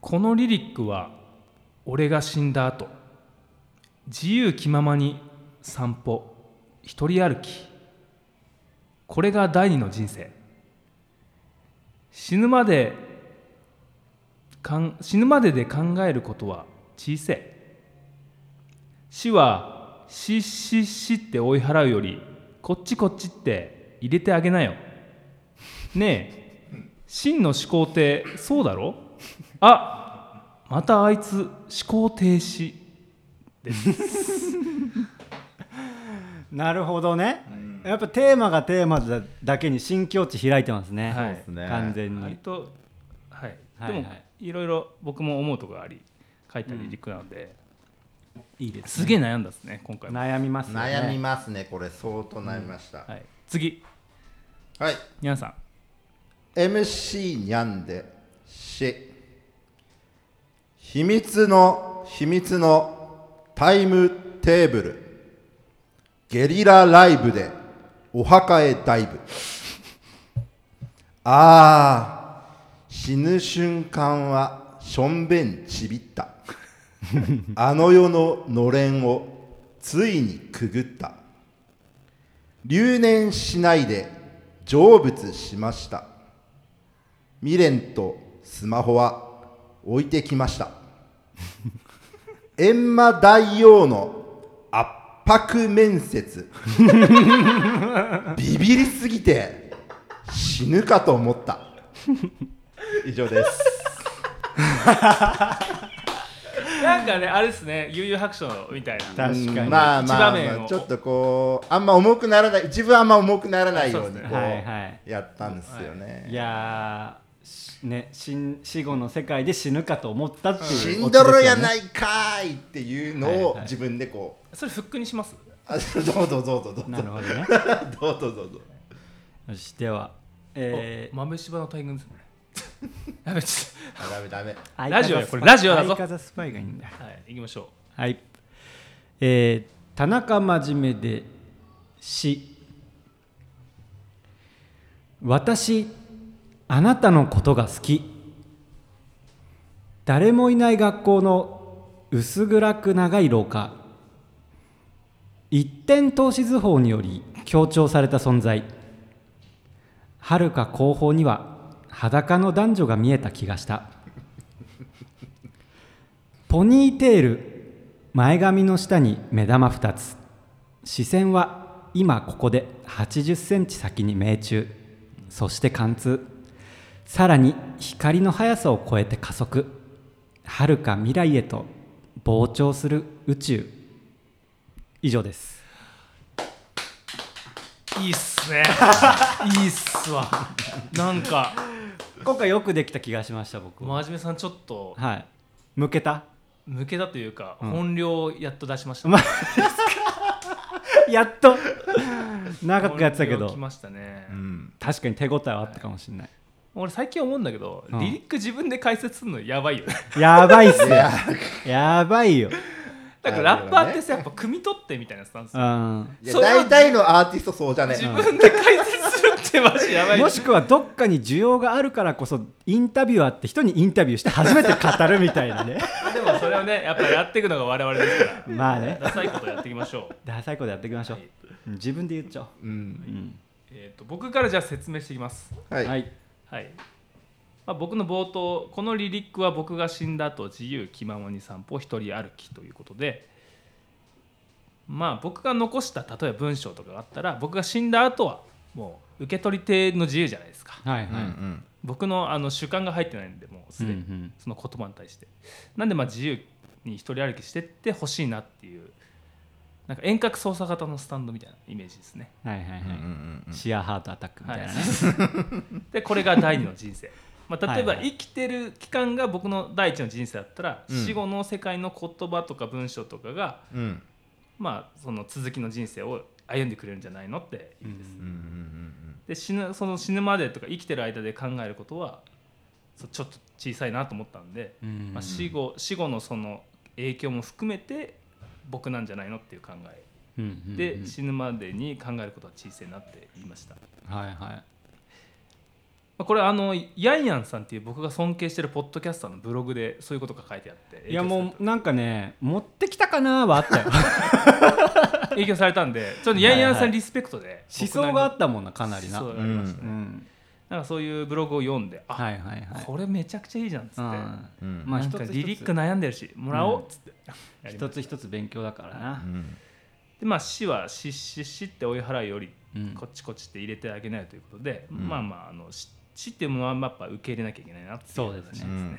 このリリックは俺が死んだ後自由気ままに散歩一人歩きこれが第二の人生死ぬまでかん死ぬまでで考えることは小さい死は「ししし」って追い払うよりこっちこっちって入れてあげなよねえ真の思考ってそうだろあまたあいつ思考停止なるほどねやっぱテーマがテーマだだけに新境地開いてますねはいそうっすね完全割にとはい、はいはいでもいろいろ僕も思うところがあり書いたリリックなので、いいですすげえ悩んだっすね今回も、悩みますよね悩みますねこれ相当悩みましたはい、次はい皆さん MC にゃんでし秘密の秘密のタイムテーブルゲリラライブでお墓へダイブ [laughs] あー死ぬ瞬間はしょんべんちびった [laughs] あの世ののれんをついにくぐった留年しないで成仏しました未練とスマホは置いてきました閻魔大王の圧迫面接ビビりすぎて死ぬかと思った以上ですなんかねあれですね悠々白書みたいな確かにまあまあ、一場面まをあ、ちょっとこうあんま重くならない自分はあんま重くならないようにあそうですこねうはいはいやったんですよね、いやーしね、死ん死後の世界で死ぬかと思ったっていう、死んどるやないいかーいっていうのを自分でこうそれフックにしますあどうぞどうぞどうぞなるほどねどうぞどうぞよしでは、えー、豆柴の大群ですねやべちょっとあダメダメ相方ラジオやスパイこれラジオだぞ相方スパイがいいんだはい、行きましょはいえー、田中真面目で死私あなたのことが好き誰もいない学校の薄暗く長い廊下一点透視図法により強調された存在はるか後方には裸の男女が見えた気がしたポニーテール前髪の下に目玉2つ視線は今ここで80センチ先に命中そして貫通さらに光の速さを超えて加速はるか未来へと膨張する宇宙以上ですう。いいっすね。いいっすわ。なんか、今回よくできた気がしました僕は、真面目さんちょっとはい向けた抜けたというか、うん本領をやっと出しました。まやっと長くやってたけ本領どきましたね。うん確かに手応えはあったかもしれない俺最近思うんだけど、うんリリック自分で解説するのやばいよね。やばいっすいやねやばいよだからなラッるほどねパーってさ、やっぱ汲み取ってみたいなスタンスう。んいやそれは大体のアーティストそうじゃね自分で解説するってしてましやばいもしくはどっかに需要があるからこそインタビュアーって人にインタビューして初めて語るみたいな [laughs] ねでもそれをねやっぱやっていくのが我々ですからまあねダサいことやっていきましょう、ダサいことやっていきましょう、はいうん自分で言っちゃおう、うんうんえー、と僕からじゃあ説明していきますはい、はいはい、まあ、僕の冒頭このリリックは僕が死んだ後自由気ままに散歩一人歩きということでまあ僕が残した例えば文章とかがあったら僕が死んだ後はもう受け取り手の自由じゃないですかはいはい、うんうん僕のあの主観が入ってないんでもうすでにうんうんその言葉に対してなんでまあ自由に一人歩きしてってほしいなっていうなんか遠隔操作型のスタンドみたいなイメージですねはいはいはい、うんうんうんシアーハートアタックみたいなね、 [laughs] でこれが第二の人 [laughs] 生、まあ、例えばはいはい生きてる期間が僕の第一の人生だったら、うん死後の世界の言葉とか文章とかが、うんまあ、その続きの人生を歩んでくれるんじゃないのって意味です、うんうんうんで死ぬその死ぬまでとか生きてる間で考えることはそうちょっと小さいなと思ったんで、うんまあ、死後死後のその影響も含めて僕なんじゃないのっていう考えうんうんうんで、死ぬまでに考えることは小さいなって言いました。はいはいまあこれあのヤンヤンさんっていう僕が尊敬してるポッドキャスターのブログでそういうことが書いてあっていやもうなんかね持ってきたかなはあったよう影響されたんでちょっとヤンヤンはいさはんいリスペクトで思想があ僕ったもんなかなりりのそなうう、ありましたねん、なんかそういうブログを読んであ、はいはいはいこれめちゃくちゃいいじゃんっつって、うんうんまあなん一かつ一つリリック悩んでるしもらおうっつって、やりま一したつ一つ勉強だからなう、んでまあ死は死死死って追い払うよりうんこっちこっちって入れてあげないということで、んまあまああの死死っていうものはやっぱ受け入れなきゃいけないなっていうそうですね話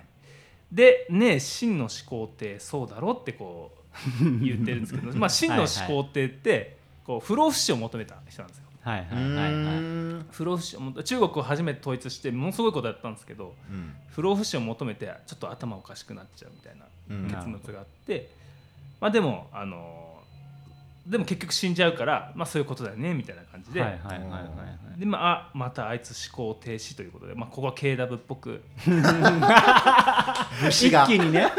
でねえ真の思考ってそうだろってこう言ってるんですけ [laughs] ど、まあ、真の思考ってってこう不老不死を求めた人なんですよ。はいはいうはいはいん不老不死を求め中国を初めて統一してものすごいことやったんですけどうん不老不死を求めてちょっと頭おかしくなっちゃうみたいなうん結末があって、まあでもあのでも結局死んじゃうから、まあ、そういうことだよねみたいな感じで、はいはいはいはいでまああまたあいつ思考停止ということで、まあ、ここは KW っぽく武士一が気にね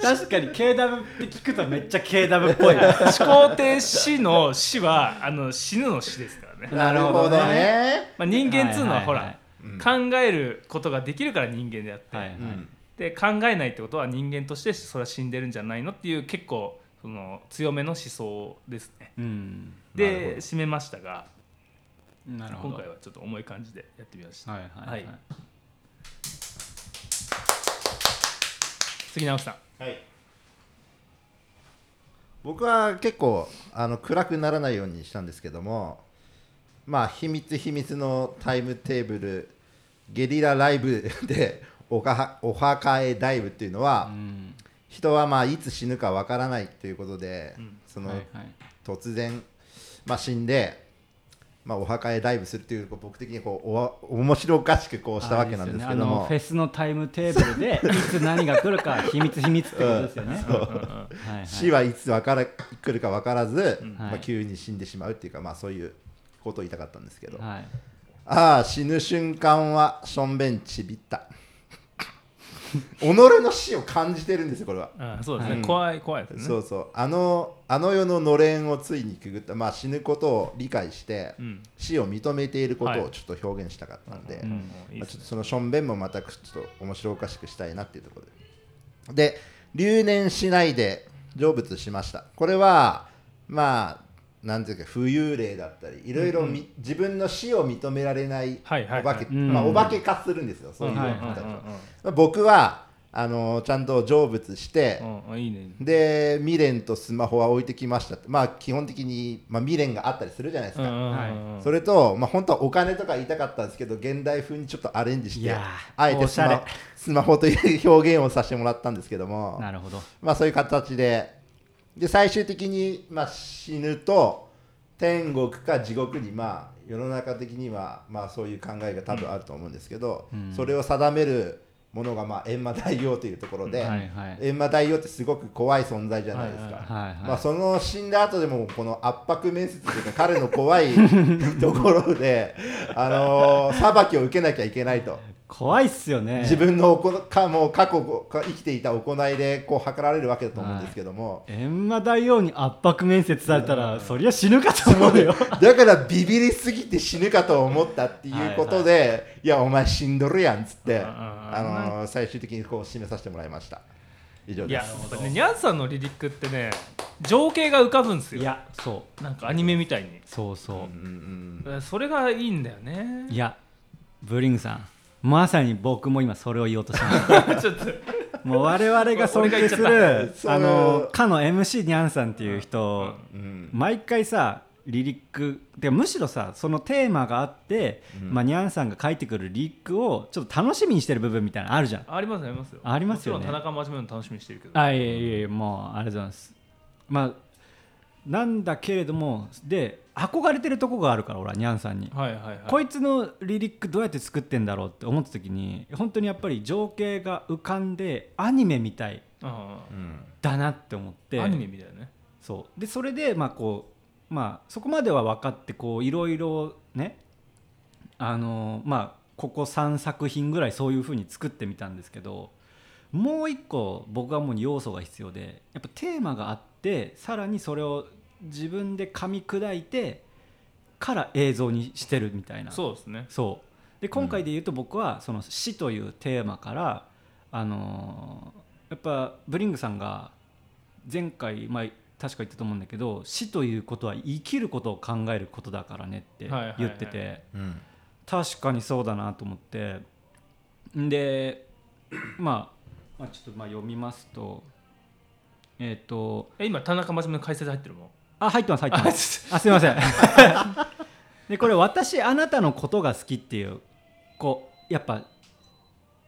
確かに KW って聞くとめっちゃ KW っぽい思考停止の死はあ [laughs] の死ぬの死ですからね、なるほどねまあ、人間っつうのははいはいはいほら、考えることができるから人間であって、はいはいうんで考えないってことは人間としてそれは死んでるんじゃないのっていう結構その強めの思想ですねうんなるほでど締めましたがなるほ今ど回はちょっと重い感じでやってみました、はいはいはいはい杉直 [laughs] 樹さんはい、僕は結構あの暗くならないようにしたんですけどもまあ秘密秘密のタイムテーブルゲリラライブ [laughs] でおかお墓へダイブっていうのは、うん人はまあいつ死ぬかわからないということで、その、はいはい突然、まあ、死んで、まあ、お墓へダイブするという僕的にこうおわ面白おかしくこうしたわけなんですけどあもれですよねあのフェスのタイムテーブル [laughs] でいつ何が来るか秘密秘密ってことですよね、そうはいはい死はいつわから来るか分からず、まはあ、い急に死んでしまうっていうか、まあ、そういうことを言いたかったんですけど、あはいあ死ぬ瞬間はしょんべんちびった己の死を感じてるんですよこれは、あそうですね、はい怖い怖いですねそうそうあのあの世ののれんをついにくぐった、まあ、死ぬことを理解して、うん死を認めていることはをいちょっと表現したかったんで、うんいいでまあすちょっねとそのしょんべんもまたちょっと面白おかしくしたいなっていうところでで留年しないで成仏しましたこれはまあなんていうか浮遊霊だったりいろいろみ自分の死を認められないお化はいけ、はいはいうんまあ、お化け化するんですよそういううん人うんうんうんたちはまあ僕はあのちゃんと成仏して、うんうんいいねで未練とスマホは置いてきましたってまあ基本的に、まあ、未練があったりするじゃないですうんか、うんうんうんそれと、まあ、本当はお金とか言いたかったんですけど現代風にちょっとアレンジしいてやーあえてスおしゃマれスマホという表現をさせてもらったんですけどもなるほどまあ、そういう形でで最終的に、まあ、死ぬと天国か地獄に、まあ、世の中的には、まあ、そういう考えが多分あると思うんですけど、それを定めるものが、まあ、閻魔大王というところで、うんはいはい閻魔大王ってすごく怖い存在じゃないですか。はいはいまあ、その死んだ後でもこの圧迫面接というか [laughs] 彼の怖いところで、あのー裁きを受けなきゃいけないと怖いっすよね自分のおこかもう過去こか生きていた行いでこう測られるわけだと思うんですけども、閻魔大王に圧迫面接されたら、そりゃ死ぬかと思うよだからビビりすぎて死ぬかと思ったっていうことで、いやお前死んどるやんっつっうて、んうんうんあのー最終的にこう締めさせてもらいました以上いでやすやっぱねニャンさんのリリックってね情景が浮かぶんですよいやそうなんかアニメみたいにそうそう、うんうんそれがいいんだよねいやブリングさんまさに僕も今それを言おうとしま [laughs] した [laughs] ちょっともう我々が尊敬す俺るちゃったあそのうかの MC にゃんさんっていう人、うん毎回さリリックでむしろさそのテーマがあって、うんまあ、にゃんさんが書いてくるリリックをちょっと楽しみにしてる部分みたいなのあるじゃんありますよありますよありますよねもちろん田中真面目の楽しみにしてるけどあいえいえいえもうありがとうございますまあなんだけれどもで憧れてるとこがあるから俺はにゃんさんに、はいはいはいこいつのリリックどうやって作ってんだろうって思った時に本当にやっぱり情景が浮かんでアニメみたいああうんだなって思ってアニメみたいなねそうでそれでまあこうまあそこまでは分かってこういろいろねあのまあここ3作品ぐらいそういうふうに作ってみたんですけどもう一個僕はもう要素が必要でやっぱテーマがあってさらにそれを自分で噛み砕いてから映像にしてるみたいなそうですねそうで今回で言うと僕はその死というテーマから、あのーやっぱブリングさんが前回、まあ、確か言ったと思うんだけど死ということは生きることを考えることだからねってはいはいはい言ってて、うん確かにそうだなと思ってんで、まあ、まあちょっとまあ読みますとえっ、とえ今田中真面目の解説入ってるもんあ入ってます入ってますあすいません [laughs] でこれ「私あなたのことが好き」っていうこうやっぱ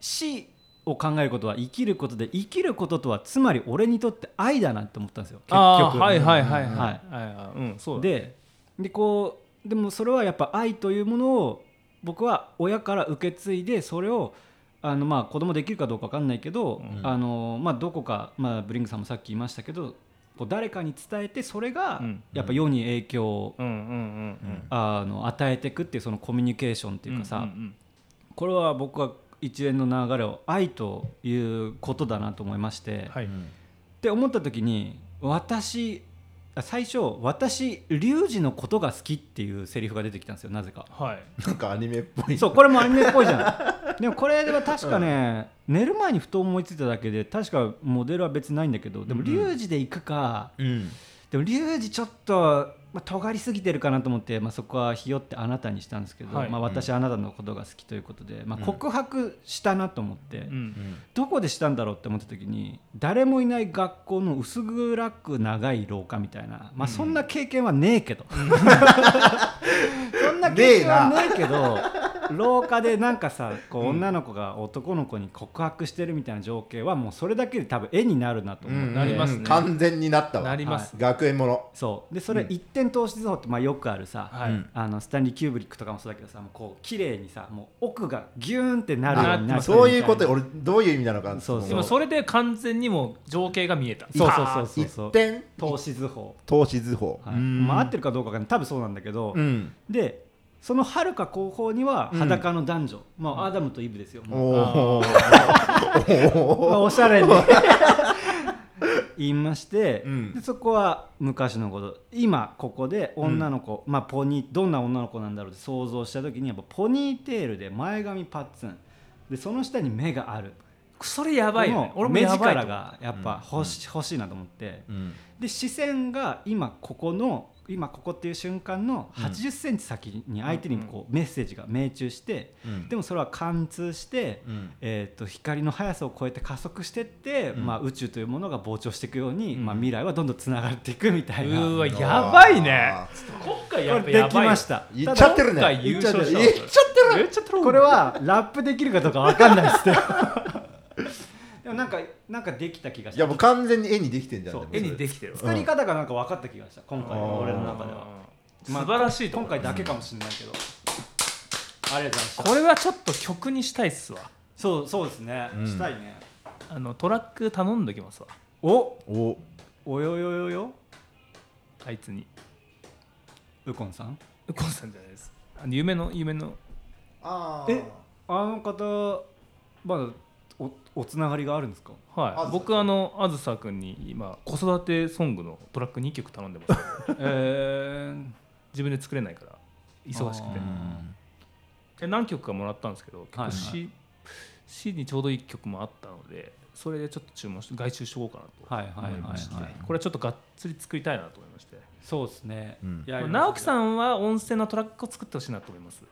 死を考えることは生きることで生きることとはつまり俺にとって愛だなって思ったんですよ結局ああはいはいはいはいうんはいうんそうだででこうでもそれはやっぱ愛というものを僕は親から受け継いでそれをあのまあ子供できるかどうか分かんないけど、うんあのまあ、どこか、まあ、ブリングさんもさっき言いましたけどこう誰かに伝えてそれがうんやっぱ世に影響を、うんうんうんうんあの与えていくっていうそのコミュニケーションっていうかさ、んんこれは僕は一連の流れを愛ということだなと思いまして。うんはいって思った時に私あ最初私リュウジのことが好きっていうセリフが出てきたんですよなぜかはいなんかアニメっぽいそうこれもアニメっぽいじゃんでもこれは確かね、寝る前にふと思いついただけで確かモデルは別にないんだけどでもリュウジで行くか、うんでもリュウジちょっと、まあ、尖りすぎてるかなと思って、まあ、そこはひよってあなたにしたんですけど、はいまあ、私あなたのことが好きということで、まあ、告白したなと思って、うんどこでしたんだろうって思った時に誰もいない学校の薄暗く長い廊下みたいな、まあ、そんな経験はねえけど、そんな経験はねえけど [laughs] 廊下でなんかさこう女の子が男の子に告白してるみたいな情景はもうそれだけで多分絵になるなと思って、なりますね完全になったわなります学園ものそうでそれ一点投資図法ってまあよくあるさ、はいうんあのスタンリー・キューブリックとかもそうだけどさもうこう綺麗にさもう奥がギューンってなるようになってるみたいなそういうこと俺どういう意味なのかそうそうでもそれで完全にもう情景が見えたそうそうそうそうそう一点投資図法投資図法はいまあ、合ってるかどうかが多分そうなんだけど、うんでそのはるか後方にはうん裸の男女、まあ、アダムとイブですよ、おもうおまあおしゃ [laughs] れに言いまして、うんでそこは昔のこと今ここで女の子、まあ、ポニーどんな女の子なんだろうって想像した時にやっぱポニーテールで前髪パッツンでその下に目があるそれやばいよねこ俺のも目やばいと力がやっぱ欲し,、欲しいなと思って。うんで視線が今ここの今ここっていう瞬間の8 0センチ先に相手にこうメッセージが命中してうんでもそれは貫通して、うんえー、と光の速さを超えて加速してって、んまあ、宇宙というものが膨張していくように、うんまあ、未来はどんどんつながっていくみたういなーこわやばいね今回やれっぱでやきばいました言っちゃってる今ね回優勝したわ言っちゃってるただこれはラップできるかどうか [laughs] わかんないですねでもなんかなんかできた気がしいやたもう完全に絵にできてんじゃんそう絵にできてるわ作り方がなんか分かった気がした今回うん俺の中では。素晴らしいと今思う回だけかもしれないけど、ありがとうございましたこれはちょっと曲にしたいっすわそうそうですね、うんしたいねあのトラック頼んどきますわおおおよよよよあいつにウコンさん右近さんじゃないですあの夢の夢のあえあの方まだおおつながりがあるんですかはい、あ僕あのあずさくんに今子育てソングのトラック2曲頼んで [laughs] ますえー、自分で作れないから忙しくてあで何曲かもらったんですけど結はいは構い C,、C にちょうど1曲もあったのでそれでちょっと注文して外注しようかなはいはいとはい思いまして、はいこれはちょっとがっつり作りたいなと思いまして、そうですね、うんやりままあ直樹すさんは温泉のトラックを作ってほしいなと思います、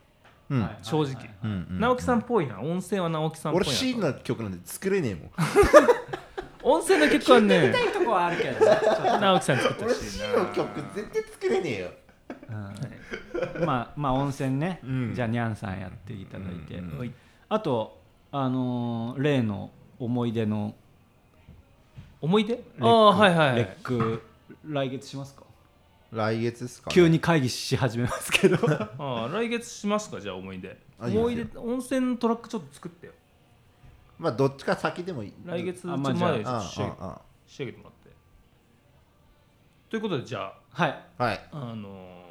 うんはい正直はいはいうんうん直樹さんっぽいな温泉は直樹さんっぽい俺なと C の曲なんて作れね [laughs] えもん温泉の曲は [laughs] ねはいとこはあるけどねちょっと直樹さんに作ってほ俺し C いなの曲絶対作れねえようんまあまあ温泉ね、うんじゃあにゃんさんやっていただいて、うんうんはいあとあのー例の思い出の思い出レッあクあはいはいレック来月しますか来月っすかね急に会議し始めますけどああ来月しますかじゃあ思い出あいいですよ思い出温泉のトラックちょっと作ってよまあどっちか先でもいい来月ちょあっまとあじゃあ前でちょっと仕上げあああ仕上げてもらってということでじゃはいあ [laughs] はいああのー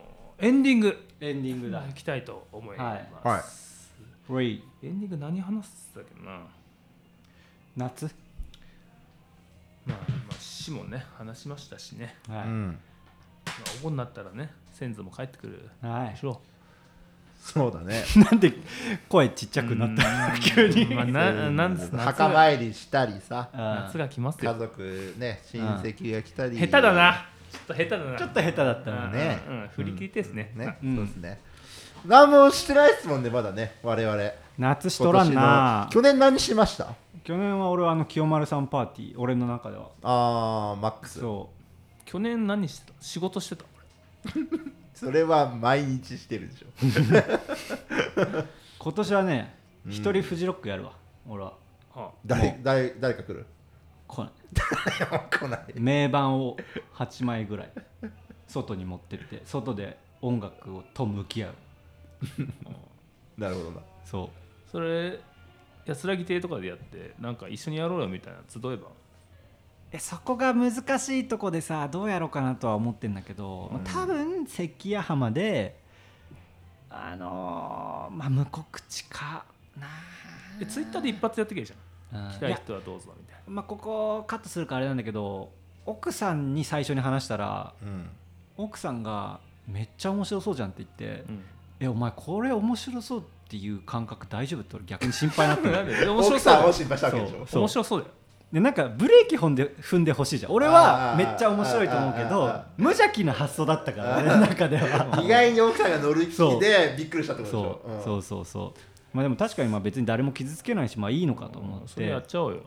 エンディングエンディングだいきたいと思います、はいはレイエンディング何話すだっけなま夏あ、まあ、死もね話しましたしね、はうい、んまあ、お盆になったらね先祖も帰ってくるはでしょうそうだねい、 [laughs] なんで声ちっちゃくなったた [laughs] 急に、まあ、ななんです夏墓が参りしたりさ夏が来ます家よ族ね親戚が来たり下手だなちょっと下手だなちょっと下手だったなうんねうん、振り切りですね、ねうんそうですね何もしてないっすもんねまだね我々夏しと今ら年んなの去年何しました去年は俺はあの清丸さんパーティー俺の中ではあーマックスそそ去年何してた仕事してた俺れは毎日してるでしょう今年はね一人フジロックやるわ俺はあ誰誰誰か来るこ来ない名盤を8枚ぐらい外に持ってって外で音楽をと向き合うなるほどなそうそれ安らぎ亭とかでやってなんか一緒にやろうよみたいな集えばえそこが難しいとこでさどうやろうかなとは思ってんだけど、まあ多分関谷浜であのーまあ無告知かなえツイッターで一発やってけばいいじあゃん来うんたいいや人はどうぞみたいまあここカットするからあれなんだけど奥さんに最初に話したらうん奥さんが「めっちゃ面白そうじゃん」って言って「な、えお前これ面白そう」っていう感覚大丈夫って俺逆に心配になっ [laughs] てうん、なるんで面白奥そうさだんをよ心配したわけでしょそう面白そうだよでなんかブレーキ踏んで踏んでほしいじゃん俺はあーめっちゃ面白いと思うけあーどあーあ無邪気な発想だったから [laughs] 俺の中では意外に奥さんが乗る気そうでびっくりしたってことでしそょう、んそうそうそうまあでも確かにまあ別に誰も傷つけないしまあいいのかと思うんっそれて、やっちゃおうよ、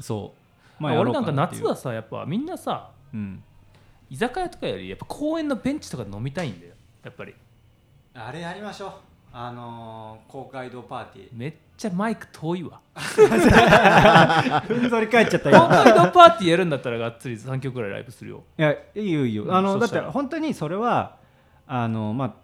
そうまあ、や俺ろうなんかってい夏うはさやっぱみんなさうん、居酒屋とかよりやっぱ公園のベンチとかで飲みたいんだよやっぱりあれやりましょうあのー、公会堂パーティめっちゃマイク遠いわーふんぞり返っちゃった東よ海道パーティーやるんだったらがっつり3曲ぐらいライブするよいやいいよいいよあのうんだそしったてら本当にそれはあのまあ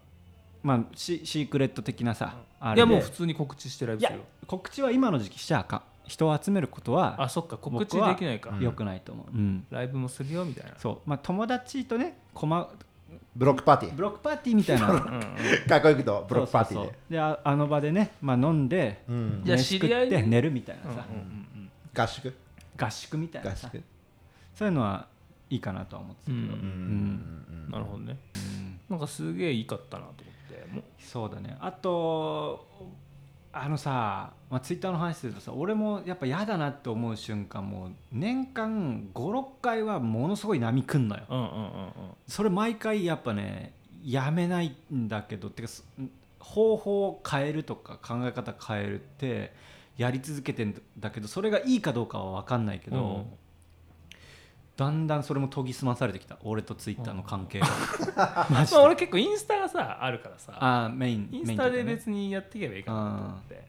まあシシークレット的なさあれいでやもう普通に告知してライブいすやるよ告知は今の時期しちゃあかん人を集めることはあそっか告知できない僕か、はうん良くないと思う、うんライブもするよみたいなそうまあ友達とねこまブロックパーティブロックパーティーみたいな [laughs] うんうんーかっこよくとブロックパーティーそうそうでそうでああの場でね、まあ、飲んでうんじゃあ飯食知り合っいでて寝るみたいなさ、うんうん合宿合宿みたい合なさ宿そういうのはいいかなとは思ってたけど、うんうんうんなるほどねなんかすげえいいかったなと思ってもうそうだねあとあのさ、まあ、ツイッターの話するとさ俺もやっぱ嫌だなって思う瞬間もう年間56回はものすごい波くんのようんうんうんそれ毎回やっぱねやめないんだけどてかそ方法を変えるとか考え方変えるってやり続けてんだけどそれがいいかどうかは分かんないけど、うんだんだんそれも研ぎ澄まされてきた俺とツイッターの関係が、マジまあで俺結構インスタがさあるからさあーメインインスタでメインと別かねにやっていけばいいかなと思ってはい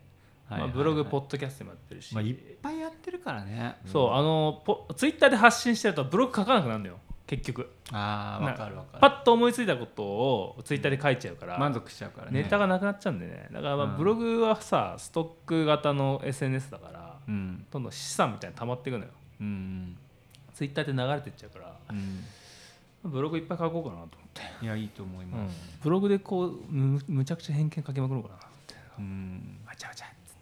まあはいブログはいポッドキャストもやってるしまあ、いっぱいやってるからねそうあのポツイッターで発信してるとブログ書かなくなるのよ結局ああなわかるわかるパッと思いついたことをツイッターで書いちゃうから満足しちゃうからねネタがなくなっちゃうんでねだからまあうんブログはさストック型の SNS だからうんどんどん資産みたいに溜まっていくのようんツイッターで流れてっちゃうからうんブログいっぱい書こうかなと思っていやいいと思います、ブログでこうむむちゃくちゃ偏見書きまくろうかなうんわちゃわちゃっつって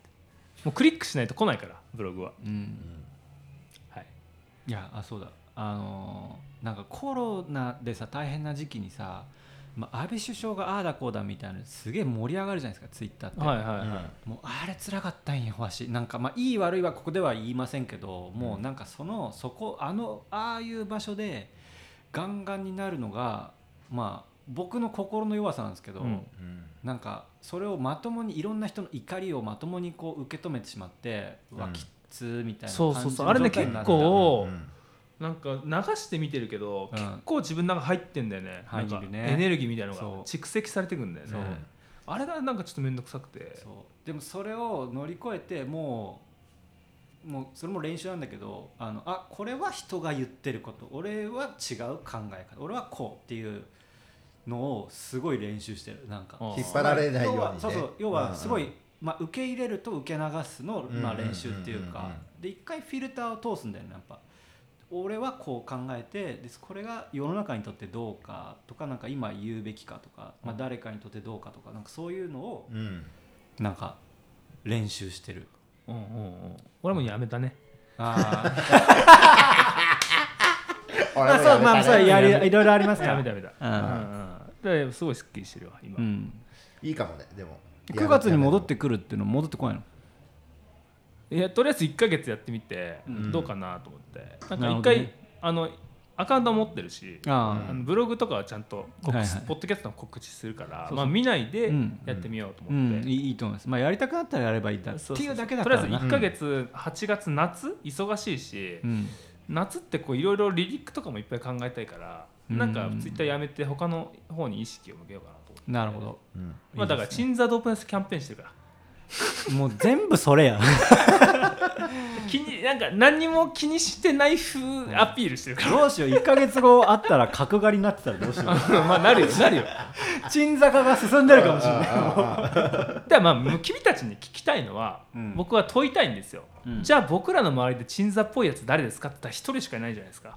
もうクリックしないと来ないからブログは、うん、はい、いやあそうだあのーなんかコロナでさ大変な時期にさ、まあ、安倍首相がああだこうだみたいなのすげえ盛り上がるじゃないですかツイッターって、はいはいはいもうあれ辛かったんよわしなんかまあいい悪いはここでは言いませんけどもうなんかそのそこあのああいう場所でガンガンになるのがまあ僕の心の弱さなんですけど、うんうんなんかそれをまともにいろんな人の怒りをまともにこう受け止めてしまって、うわうんきっつみたいなそうそうそうあれね感じ結の状態になった構、うんなんか流して見てるけど、うん結構自分の中入ってんだよね入ってなんるかねエネルギーみたいなのそうが蓄積されてくんだよそうねあれがなんかちょっと面倒くさくてそうでもそれを乗り越えてもうもうそれも練習なんだけどあのあこれは人が言ってること俺は違う考え方俺はこうっていうのをすごい練習してるなんかあー引っ張られないようにねそうそう要はすごい、うんまあ、受け入れると受け流すの、まあ、うんうんうんうん練習っていうか、で一回フィルターを通すんだよねやっぱ俺はこう考えてでこれが世の中にとってどうかとかなんか今言うべきかとか、まあ、誰かにとってどうかとかなんかそういうのをうんなんか練習してるうんうんうん俺もやめたね [laughs] あ俺あもそうまあやめたねそうやりいろいろありますかやらめたやめたうんうんですごいすっきりしてるわ今、うんいいかもねでも9月に戻ってくるっていうの戻ってこないのいやとりあえず1か月やってみて、うんどうかなと思ってなんなかるほ一どね回、あのアカウント持ってるしああのブログとかはちゃんと告知、はいはいポッドキャストの告知するからうそうまあ、見ないでうんやってみようとう思っんて、いいいいと思いますまあやりたくなったらやればいいんだってそそいそうだけだからとりあえず1なか月8月夏忙しいし、うん夏ってこういろいろリリックとかもいっぱい考えたいから、うんなんかツイッターやめて他の方に意識を向けようかなと思ってなるほどうんまあ、だからいいですね鎮座ドープネスキャンペーンしてるからもう全部それや気になんか何にも気にしてない風アピールしてるから [laughs] どうしよう1か月後あったら角刈りになってたらどうし [laughs] よう [laughs] まあなるよなるよ鎮坂が進んでるかもしれないだからまあ君たちに聞きたいのは、うん僕は問いたいんですよ、うんじゃあ僕らの周りで鎮座っぽいやつ誰ですかって言ったら一人しかいないじゃないですか、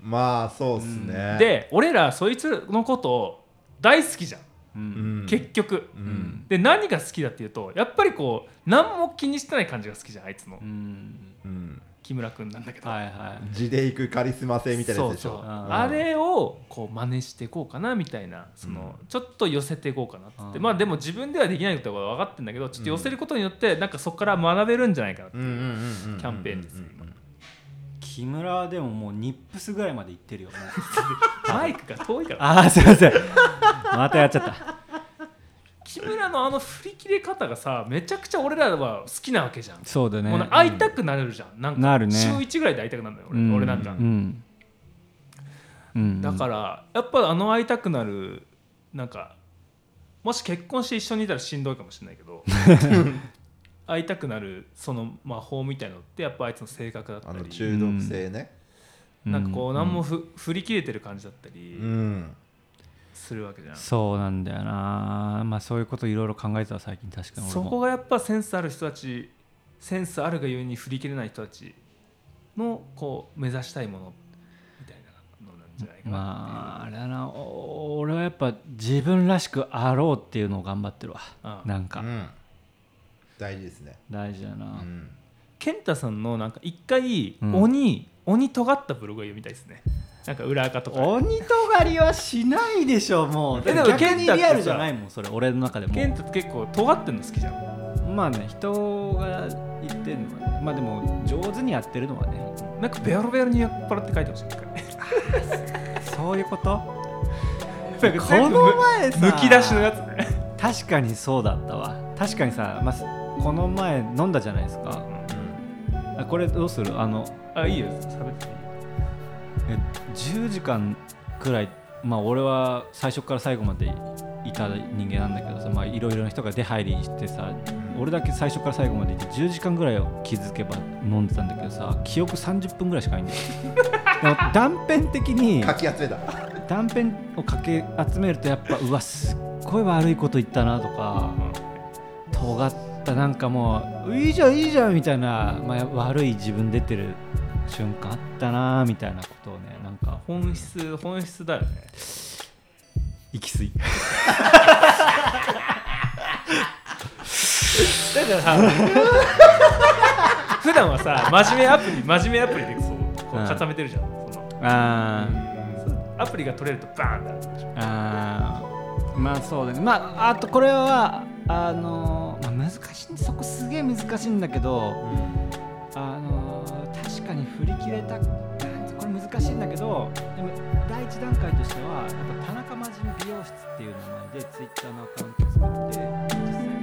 まあそうっすねで俺らそいつのことを大好きじゃん、うんうん結局、うんで何が好きだっていうとやっぱりこう何も気にしてない感じが好きじゃんあいつのうんうん木村君なんだけど、はいは地で行くカリスマ性みたいなやつでしそうょそううんあれをこう真似していこうかなみたいなその、ちょっと寄せていこうかなっつって、うんまあでも自分ではできないことは分かってんだけどちょっと寄せることによってなんかそこから学べるんじゃないかなってうんうんうんうんキャンペーンですようんうんい木村はでももうニップスぐらいまで行ってるよもうマイクが遠いから [laughs] ああすいませんまたやっちゃった木村のあの振り切れ方がさめちゃくちゃ俺らは好きなわけじゃん、そうだねもうな会いたくなれるじゃんなんかなるね週1ぐらいで会いたくなるのよ俺,、う俺なんか、うんうんだからやっぱあの会いたくなるなんかもし結婚して一緒にいたらしんどいかもしれないけ [laughs] ど会いたくなるその魔法みたいのってやっぱあいつの性格だっあたのり中毒性ねなんかこうう何もふ、振り切れてる感じだったうりんするわけじゃん、そうなんだよなまあそういうこといろいろ考えてた最近確かに俺そもこがやっぱセンスある人たちセンスあるがゆえに振り切れない人たちのこう目指したいものみたいなのなんじゃないかなまああれだなお俺はやっぱ自分らしくあろうっていうのを頑張ってるわああなんかうん大事ですね大事だうなん健太さんのなんか一回うん鬼、鬼尖ったブログが読みたいですねなんか裏垢とか鬼尖りはしないでしょもうえでも逆にリアルじゃない健もんそれ俺の中でも健太って結構尖ってんの好きじゃんまあね人が言ってるのはねまあでも上手にやってるのはねなんかベロベロに酔っ払って書いてほしい一回そういうことなんか全部この前 [laughs] さむき [laughs] 出しのやつね確かにそうだったわ確かにさ、まあすこの前飲んだじゃないですかあこれどうするあのあいいよ喋っていいえ10時間くらいまあ俺は最初から最後までいた人間なんだけどさまあいろいろな人が出入りしてさ俺だけ最初から最後までいて10時間ぐらいを気づけば飲んでたんだけどさ記憶30分ぐらいしかない [laughs] んだよでも断片的にかき集めた断片をかけ集めるとやっぱうわすっごい悪いこと言ったなとか尖ったなんかもういいじゃんいいじゃんみたいな、まあ、悪い自分出てる瞬間あったなみたいなことをねなんか本質本質だよね行き過ぎだっだからさ普段はさ真面目アプリ真面目アプリでそうこううん固めてるじゃんそのあアプリが取れるとバーンってあるでしょーあーまあそうだねまああとこれはあのーまあ、難しいそこすげえ難しいんだけど、あのー確かに振り切れたこれ難しいんだけどでも第一段階としてはやっぱ田中真人美容室っていう名前でツイッターのアカウントを作って実際に